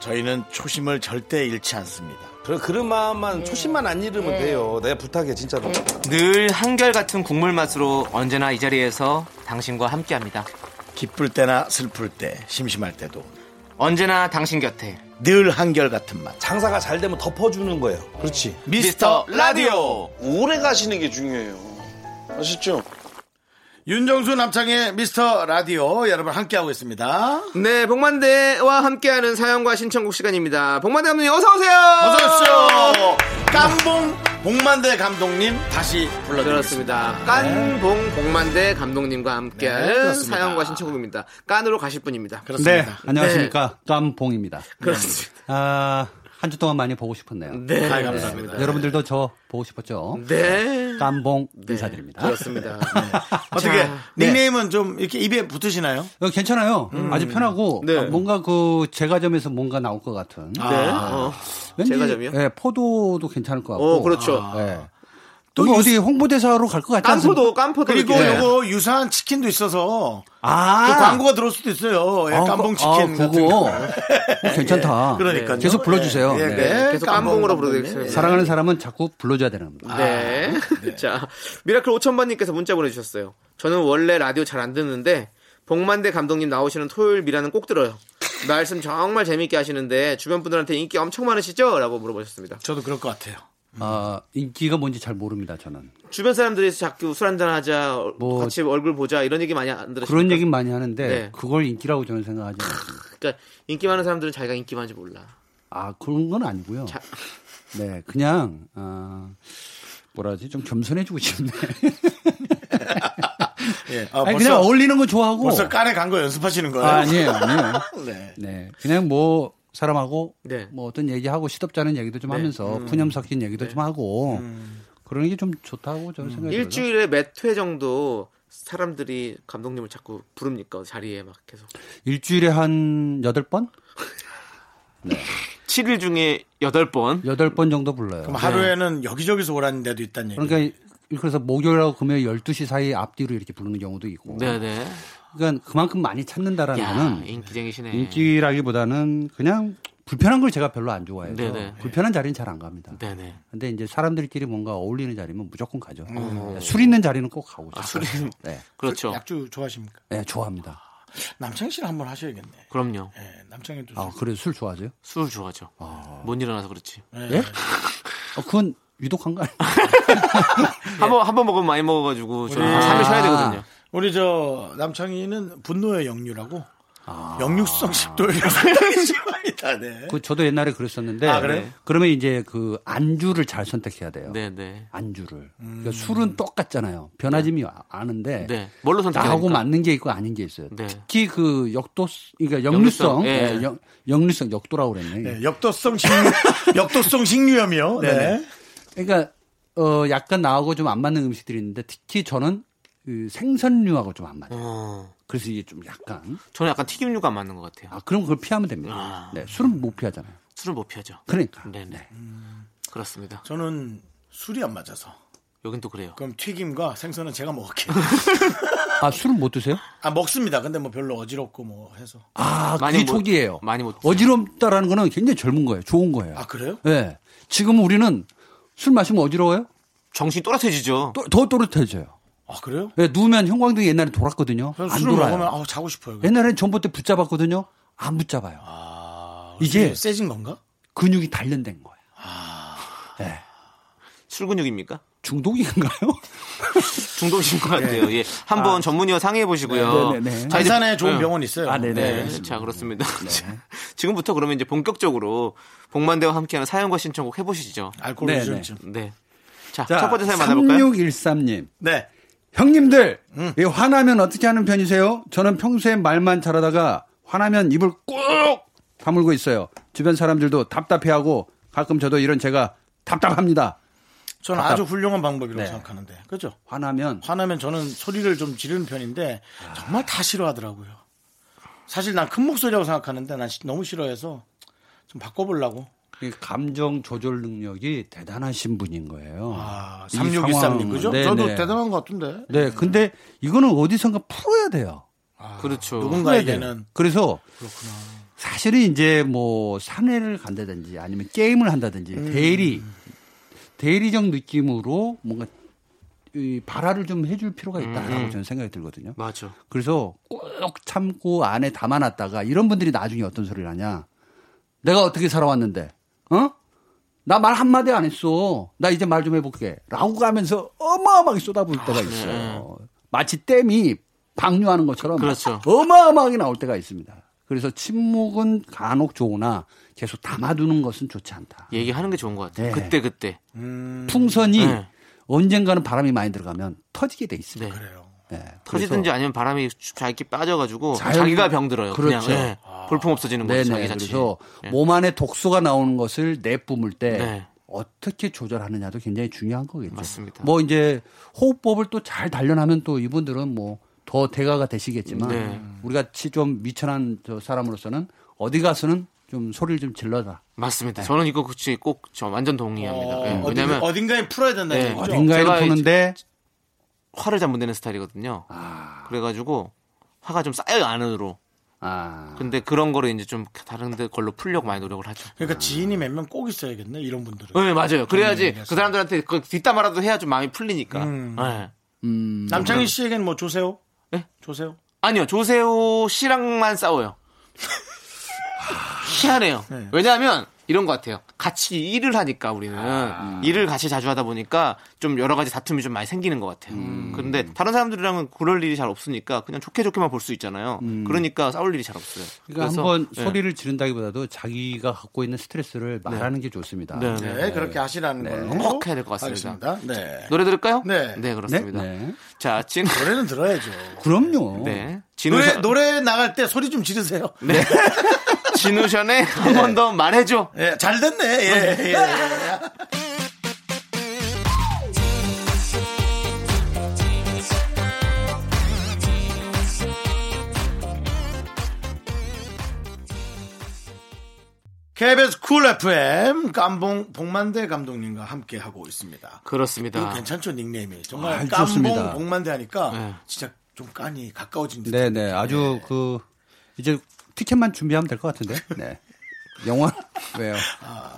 [SPEAKER 1] 저희는 초심을 절대 잃지 않습니다.
[SPEAKER 6] 그래, 그런 마음만 초심만 안 잃으면 돼요 내가 부탁해 진짜로
[SPEAKER 2] 늘 한결같은 국물 맛으로 언제나 이 자리에서 당신과 함께합니다.
[SPEAKER 1] 기쁠 때나 슬플 때, 심심할 때도
[SPEAKER 2] 언제나 당신 곁에
[SPEAKER 1] 늘 한결같은 맛.
[SPEAKER 6] 장사가 잘 되면 덮어주는 거예요 그렇지
[SPEAKER 2] 미스터 라디오.
[SPEAKER 7] 오래 가시는 게 중요해요. 아셨죠?
[SPEAKER 1] 윤정수 남창의 미스터 라디오 여러분 함께하고 있습니다.
[SPEAKER 2] 네, 복만대와 함께하는 사연과 신청곡 시간입니다. 복만대 감독님 어서 오세요.
[SPEAKER 1] 어서
[SPEAKER 7] 아!
[SPEAKER 1] 오십시오. 깜봉 복만대 감독님 다시 불러드리겠습니다.
[SPEAKER 2] 그렇습니다. 깐봉 복만대 감독님과 함께하는
[SPEAKER 1] 네, 그렇습니다.
[SPEAKER 2] 사연과 신청곡입니다. 깐으로 가실 분입니다.
[SPEAKER 1] 그렇습니다.
[SPEAKER 5] 네,
[SPEAKER 2] 네.
[SPEAKER 5] 안녕하십니까. 깜봉입니다.
[SPEAKER 2] 그렇습니다.
[SPEAKER 5] 아, 한 주 동안 많이 보고 싶었네요.
[SPEAKER 2] 네,
[SPEAKER 1] 아이, 감사합니다.
[SPEAKER 5] 여러분들도 저 보고 싶었죠?
[SPEAKER 2] 네,
[SPEAKER 5] 깜봉 인사드립니다. 네.
[SPEAKER 2] 그렇습니다.
[SPEAKER 1] 어떻게
[SPEAKER 2] 자,
[SPEAKER 1] 닉네임은 좀 이렇게 입에 붙으시나요?
[SPEAKER 5] 어, 괜찮아요. 아주 편하고
[SPEAKER 2] 네.
[SPEAKER 5] 아, 뭔가 그 제과점에서 뭔가 나올 것 같은.
[SPEAKER 2] 네,
[SPEAKER 1] 아,
[SPEAKER 2] 어,
[SPEAKER 5] 왠지,
[SPEAKER 2] 제과점이요?
[SPEAKER 5] 예, 포도도 괜찮을 것 같고.
[SPEAKER 2] 어, 그렇죠.
[SPEAKER 5] 예. 또 어디 홍보대사로 갈 것 같지 않습니까?
[SPEAKER 2] 깐포도 깐포도
[SPEAKER 1] 그리고
[SPEAKER 2] 이렇게.
[SPEAKER 1] 요거 유사한 치킨도 있어서
[SPEAKER 5] 아,
[SPEAKER 1] 또 광고가 들어올 수도 있어요. 예,
[SPEAKER 5] 아,
[SPEAKER 1] 깜봉
[SPEAKER 5] 아,
[SPEAKER 1] 치킨 같은
[SPEAKER 5] 그거.
[SPEAKER 1] 거.
[SPEAKER 5] 어, 괜찮다.
[SPEAKER 2] 예,
[SPEAKER 1] 그러니까요.
[SPEAKER 5] 계속 불러주세요.
[SPEAKER 1] 예, 예,
[SPEAKER 5] 네.
[SPEAKER 1] 네.
[SPEAKER 2] 계속
[SPEAKER 1] 깜봉
[SPEAKER 2] 깜봉으로
[SPEAKER 1] 감독님.
[SPEAKER 2] 부르겠습니다.
[SPEAKER 5] 사랑하는 사람은 자꾸 불러줘야 되는 겁니다.
[SPEAKER 2] 네. 자, 미라클 5000번님께서 문자 보내주셨어요. 저는 원래 라디오 잘 안 듣는데, 복만대 감독님 나오시는 토요일 미라는 꼭 들어요. 말씀 정말 재밌게 하시는데, 주변 분들한테 인기 엄청 많으시죠? 라고 물어보셨습니다.
[SPEAKER 1] 저도 그럴 것 같아요.
[SPEAKER 5] 아, 인기가 뭔지 잘 모릅니다, 저는.
[SPEAKER 2] 주변 사람들이 자꾸 술 한잔하자, 어,
[SPEAKER 5] 뭐-
[SPEAKER 2] 같이 얼굴 보자, 이런 얘기 많이 안 들으시죠?
[SPEAKER 5] 그런 얘기 많이 하는데
[SPEAKER 2] 그러니까. 네.
[SPEAKER 5] 그걸 인기라고 저는 생각하지 않습니다.
[SPEAKER 2] 그러니까 인기 많은 사람들은 자기가 인기 많은지 몰라.
[SPEAKER 5] 아, 그런 건 아니고요.
[SPEAKER 2] 자-
[SPEAKER 5] 네, 그냥 아, 뭐라지 좀 겸손해지고 싶네.
[SPEAKER 1] 예. 아,
[SPEAKER 5] 아니,
[SPEAKER 1] 벌써,
[SPEAKER 5] 그냥 어울리는 거 좋아하고.
[SPEAKER 1] 벌써 깐에 간 거 연습하시는 거예요?
[SPEAKER 5] 아, 니 에요 아니에요.
[SPEAKER 1] 네.
[SPEAKER 5] 네, 그냥 뭐 사람하고
[SPEAKER 2] 네. 음.
[SPEAKER 5] 뭐 어떤 얘기하고 시덥잖은 얘기도 좀 하면서 푸념 섞인 얘기도
[SPEAKER 2] 네.
[SPEAKER 5] 좀 하고 그런 게 좀 좋다고 저는
[SPEAKER 2] 음.
[SPEAKER 5] 생각해요.
[SPEAKER 2] 일주일에 몇 회 정도 사람들이 감독님을 자꾸 부릅니까? 자리에 막 계속.
[SPEAKER 5] 일주일에 한 여덟 번,
[SPEAKER 2] 7일 중에 8번.
[SPEAKER 5] 여덟 번 정도 불러요.
[SPEAKER 1] 그럼 하루에는 여기저기서 오라는 데도 있다는 얘기.
[SPEAKER 5] 그러니까 그래서 목요일하고 금요일 12시 사이 앞뒤로 이렇게 부르는 경우도 있고.
[SPEAKER 2] 네네.
[SPEAKER 5] 그러니까 그만큼 많이 찾는다라는
[SPEAKER 2] 야,
[SPEAKER 5] 거는
[SPEAKER 2] 인기쟁이시네.
[SPEAKER 5] 인기라기보다는 그냥 불편한 걸 제가 별로 안 좋아해요.
[SPEAKER 2] 네네.
[SPEAKER 5] 불편한 자리는 잘 안 갑니다.
[SPEAKER 2] 네네.
[SPEAKER 5] 근데 이제 사람들끼리 뭔가 어울리는 자리면 무조건 가죠.
[SPEAKER 2] 음.
[SPEAKER 5] 술 있는 자리는 꼭 가고
[SPEAKER 2] 아.
[SPEAKER 5] 싶어요. 네.
[SPEAKER 2] 그렇죠.
[SPEAKER 1] 약주 좋아하십니까?
[SPEAKER 5] 네, 좋아합니다.
[SPEAKER 1] 남창희 씨는 한번 하셔야겠네.
[SPEAKER 2] 그럼요.
[SPEAKER 1] 예, 남창희도.
[SPEAKER 5] 아, 그래 술 좋아하세요?
[SPEAKER 2] 술 좋아하죠. 못 일어나서 그렇지.
[SPEAKER 1] 네.
[SPEAKER 5] 예? 어, 그건 유독한 거 아니에요?
[SPEAKER 2] 한번 한 번 먹으면 많이 먹어가지고 뭐 저는 한 3일 쉬어야 되거든요.
[SPEAKER 1] 아. 우리 저 남창희는 분노의 역류라고
[SPEAKER 2] 아.
[SPEAKER 1] 역류성 식도염이라서 심합니다. 네.
[SPEAKER 5] 그 저도 옛날에 그랬었는데
[SPEAKER 2] 네,
[SPEAKER 1] 아, 그래요?
[SPEAKER 5] 그러면 이제 그 안주를 잘 선택해야 돼요.
[SPEAKER 2] 네네. 음.
[SPEAKER 5] 안주를. 그러니까 술은 똑같잖아요. 변화점이 와- 아는데
[SPEAKER 2] 네. 뭘로 선택해야
[SPEAKER 5] 나하고
[SPEAKER 2] 됩니까?
[SPEAKER 5] 맞는 게 있고 아닌 게 있어요.
[SPEAKER 2] 네.
[SPEAKER 5] 특히 그 역도, 그러니까
[SPEAKER 2] 역류성,
[SPEAKER 5] 역류성,
[SPEAKER 2] 예.
[SPEAKER 5] 예, 역, 역류성 역도라고 그랬네.
[SPEAKER 1] 네, 역도성 식류, 역도성 식류염이요. 네.
[SPEAKER 5] 그러니까 어 약간 나하고 좀 안 맞는 음식들이 있는데 특히 저는 그 생선류하고 좀 안 맞아요.
[SPEAKER 2] 어,
[SPEAKER 5] 그래서 이게 좀 약간
[SPEAKER 2] 저는 약간 튀김류가 안 맞는 것 같아요. 아.
[SPEAKER 5] 아 그럼 그걸 피하면 됩니다. 네, 술은 못 피하잖아요.
[SPEAKER 2] 술을 못 피하죠.
[SPEAKER 5] 그러니까
[SPEAKER 2] 네네. 그렇습니다.
[SPEAKER 1] 저는 술이 안 맞아서.
[SPEAKER 2] 여긴 또 그래요.
[SPEAKER 1] 그럼 튀김과 생선은 제가 먹을게요.
[SPEAKER 5] 아 술은 못 드세요?
[SPEAKER 1] 아, 먹습니다. 근데 뭐 별로 어지럽고 뭐 해서.
[SPEAKER 5] 아
[SPEAKER 2] 많이
[SPEAKER 5] 그게
[SPEAKER 2] 못-
[SPEAKER 5] 초기예요.
[SPEAKER 2] 많이 못 드세요.
[SPEAKER 5] 어지럽다라는 거는 굉장히 젊은 거예요. 좋은 거예요.
[SPEAKER 1] 아, 그래요?
[SPEAKER 5] 예. 지금 우리는 술 마시면 어지러워요?
[SPEAKER 2] 정신이 또렷해지죠.
[SPEAKER 5] 또- 더 또렷해져요.
[SPEAKER 1] 아, 그래요?
[SPEAKER 5] 예, 누우면 형광등이 옛날에 돌았거든요.
[SPEAKER 1] 저는
[SPEAKER 5] 안
[SPEAKER 1] 술을
[SPEAKER 5] 돌아요.
[SPEAKER 1] 먹으면 아우 자고 싶어요.
[SPEAKER 5] 옛날엔 전봇대 붙잡았거든요. 안 붙잡아요. 이게
[SPEAKER 1] 그게 세진 건가?
[SPEAKER 5] 근육이 단련된 거예요.
[SPEAKER 2] 아.
[SPEAKER 5] 예.
[SPEAKER 2] 술 근육입니까?
[SPEAKER 5] 중독인가요?
[SPEAKER 2] 중독이신 것 같아요. 예. 한번 전문의와 상의해 보시고요.
[SPEAKER 5] 네, 네, 네.
[SPEAKER 2] 이제-
[SPEAKER 1] 안산에 좋은
[SPEAKER 2] 네.
[SPEAKER 1] 병원 있어요.
[SPEAKER 5] 아, 네네.
[SPEAKER 2] 네, 자 그렇습니다. 지금부터 그러면 이제 본격적으로 복만대와 함께하는 사연과 신청곡 해보시죠.
[SPEAKER 1] 알코올
[SPEAKER 5] 네네.
[SPEAKER 1] 위주로 지금.
[SPEAKER 2] 네. 자, 첫 번째 사연 만나볼까요?
[SPEAKER 6] 3613님.
[SPEAKER 1] 네.
[SPEAKER 6] 형님들,
[SPEAKER 2] 음.
[SPEAKER 6] 이 화나면 어떻게 하는 편이세요? 저는 평소에 말만 잘하다가 화나면 입을 꾹 다물고 있어요. 주변 사람들도 답답해하고 가끔 저도 이런 제가 답답합니다.
[SPEAKER 1] 저는
[SPEAKER 6] 답답-
[SPEAKER 1] 아주 훌륭한 방법이라고
[SPEAKER 6] 네.
[SPEAKER 1] 생각하는데. 그죠?
[SPEAKER 6] 화나면
[SPEAKER 1] 화나면 저는 소리를 좀 지르는 편인데 정말 다 싫어하더라고요. 사실 난 큰 목소리라고 생각하는데 난 시- 너무 싫어해서 좀 바꿔보려고.
[SPEAKER 6] 이 감정 조절 능력이 대단하신 분인 거예요.
[SPEAKER 1] 아,
[SPEAKER 6] 이
[SPEAKER 1] 3613님,
[SPEAKER 6] 상황은.
[SPEAKER 1] 그죠?
[SPEAKER 6] 네,
[SPEAKER 1] 저도
[SPEAKER 6] 네.
[SPEAKER 1] 대단한 것 같은데.
[SPEAKER 6] 네, 근데 이거는 어디선가 풀어야 돼요.
[SPEAKER 2] 그렇죠.
[SPEAKER 1] 누군가에게는.
[SPEAKER 6] 음. 그래서 사실은 이제 뭐 사내를 간다든지 아니면 게임을 한다든지 대리 대리적 느낌으로 뭔가 이 발화를 좀 해줄 필요가 있다라고 저는 생각이 들거든요.
[SPEAKER 2] 맞아.
[SPEAKER 6] 그래서 꼭 참고 안에 담아놨다가 이런 분들이 나중에 어떤 소리를 하냐? 내가 어떻게 살아왔는데, 어? 나 말 한마디 안 했어. 나 이제 말 좀 해볼게. 라고 가면서 어마어마하게 쏟아부을 때가 있어요. 마치 댐이 방류하는 것처럼
[SPEAKER 2] 그렇죠.
[SPEAKER 6] 어마어마하게 나올 때가 있습니다. 그래서 침묵은 간혹 좋으나 계속 담아두는 것은 좋지 않다.
[SPEAKER 2] 얘기하는 게 좋은 것 같아요.
[SPEAKER 6] 네.
[SPEAKER 2] 그때 그때.
[SPEAKER 6] 풍선이
[SPEAKER 2] 네.
[SPEAKER 6] 언젠가는 바람이 많이 들어가면 터지게 돼 있습니다.
[SPEAKER 2] 네.
[SPEAKER 6] 네.
[SPEAKER 2] 터지든지 아니면 바람이 자기 빠져가지고
[SPEAKER 6] 자연-
[SPEAKER 2] 자기가 병들어요. 그냥
[SPEAKER 6] 그렇죠.
[SPEAKER 1] 아.
[SPEAKER 2] 볼품 없어지는 거죠.
[SPEAKER 6] 네네.
[SPEAKER 2] 자기 자체.
[SPEAKER 6] 그래서
[SPEAKER 2] 예.
[SPEAKER 6] 몸 안에 독소가 나오는 것을 내뿜을 때
[SPEAKER 2] 네.
[SPEAKER 6] 어떻게 조절하느냐도 굉장히 중요한 거겠죠.
[SPEAKER 2] 맞습니다.
[SPEAKER 6] 뭐 이제 호흡법을 또 잘 단련하면 또 이분들은 뭐 더 대가가 되시겠지만
[SPEAKER 2] 네.
[SPEAKER 6] 우리 같이 좀 미천한 저 사람으로서는 어디 가서는 좀 소리를 좀 질러라. 네.
[SPEAKER 2] 맞습니다. 저는 이거 그치 꼭 저 완전 동의합니다.
[SPEAKER 1] 어,
[SPEAKER 2] 예.
[SPEAKER 1] 어딘가-
[SPEAKER 2] 왜냐면
[SPEAKER 1] 어딘가에 풀어야 된다.
[SPEAKER 2] 네.
[SPEAKER 1] 는 얘기죠?
[SPEAKER 6] 어딘가에
[SPEAKER 2] 제가
[SPEAKER 6] 보는데
[SPEAKER 2] 화를 잘 못 내는 스타일이거든요. 그래가지고 화가 좀 쌓여요 안으로.
[SPEAKER 6] 아
[SPEAKER 2] 근데 그런 거를 이제 좀 다른 데 걸로 풀려고 많이 노력을 하죠.
[SPEAKER 1] 그러니까 지인이 몇 명 꼭 있어야겠네, 이런 분들은.
[SPEAKER 2] 네 맞아요. 그래야지
[SPEAKER 1] 알겠습니다.
[SPEAKER 2] 그 사람들한테 그 뒷담화라도 해야 좀 마음이 풀리니까. 예.
[SPEAKER 6] 음,
[SPEAKER 1] 남창희 씨에겐 뭐 조세호?
[SPEAKER 2] 네?
[SPEAKER 1] 조세호?
[SPEAKER 2] 아니요 조세호 씨랑만 싸워요. 희한해요.
[SPEAKER 6] 네.
[SPEAKER 2] 왜냐하면 이런 것 같아요. 같이 일을 하니까 우리는
[SPEAKER 6] 아.
[SPEAKER 2] 일을 같이 자주 하다 보니까 좀 여러 가지 다툼이 좀 많이 생기는 것 같아요.
[SPEAKER 6] 음.
[SPEAKER 2] 그런데 다른 사람들이랑은 그럴 일이 잘 없으니까 그냥 좋게 좋게만 볼 수 있잖아요. 그러니까 싸울 일이 잘 없어요.
[SPEAKER 6] 음.
[SPEAKER 2] 네.
[SPEAKER 6] 그러니까 한번 소리를 지른다기보다도 자기가 갖고 있는 스트레스를 말하는 게 좋습니다.
[SPEAKER 2] 네.
[SPEAKER 1] 네, 그렇게 하시라는 걸로.
[SPEAKER 2] 꼭 해야 될 것 같습니다.
[SPEAKER 1] 알겠습니다. 네.
[SPEAKER 2] 노래 들을까요?
[SPEAKER 1] 네.
[SPEAKER 2] 그렇습니다.
[SPEAKER 6] 네? 네.
[SPEAKER 2] 자, 진,
[SPEAKER 1] 노래는 들어야죠.
[SPEAKER 6] 그럼요.
[SPEAKER 2] 네.
[SPEAKER 1] 노래,
[SPEAKER 2] 진우션,
[SPEAKER 1] 노래 나갈 때 소리 좀 지르세요. 네.
[SPEAKER 2] 진우션의 한 번 더 말해줘.
[SPEAKER 1] 예, 잘 됐네. 예, 예, 예. KBS 쿨 FM 깜봉 복만대 감독님과 함께 하고 있습니다. 이거
[SPEAKER 2] 음, 그렇습니다.
[SPEAKER 1] 괜찮죠 닉네임이 정말
[SPEAKER 6] 아,
[SPEAKER 1] 깜봉
[SPEAKER 6] 좋습니다.
[SPEAKER 1] 복만대 하니까
[SPEAKER 2] 네.
[SPEAKER 1] 진짜 좀 깐이 가까워진 듯.
[SPEAKER 6] 네네. 아주 그 이제 티켓만 준비하면 될 것 같은데. 네. 영화 왜요?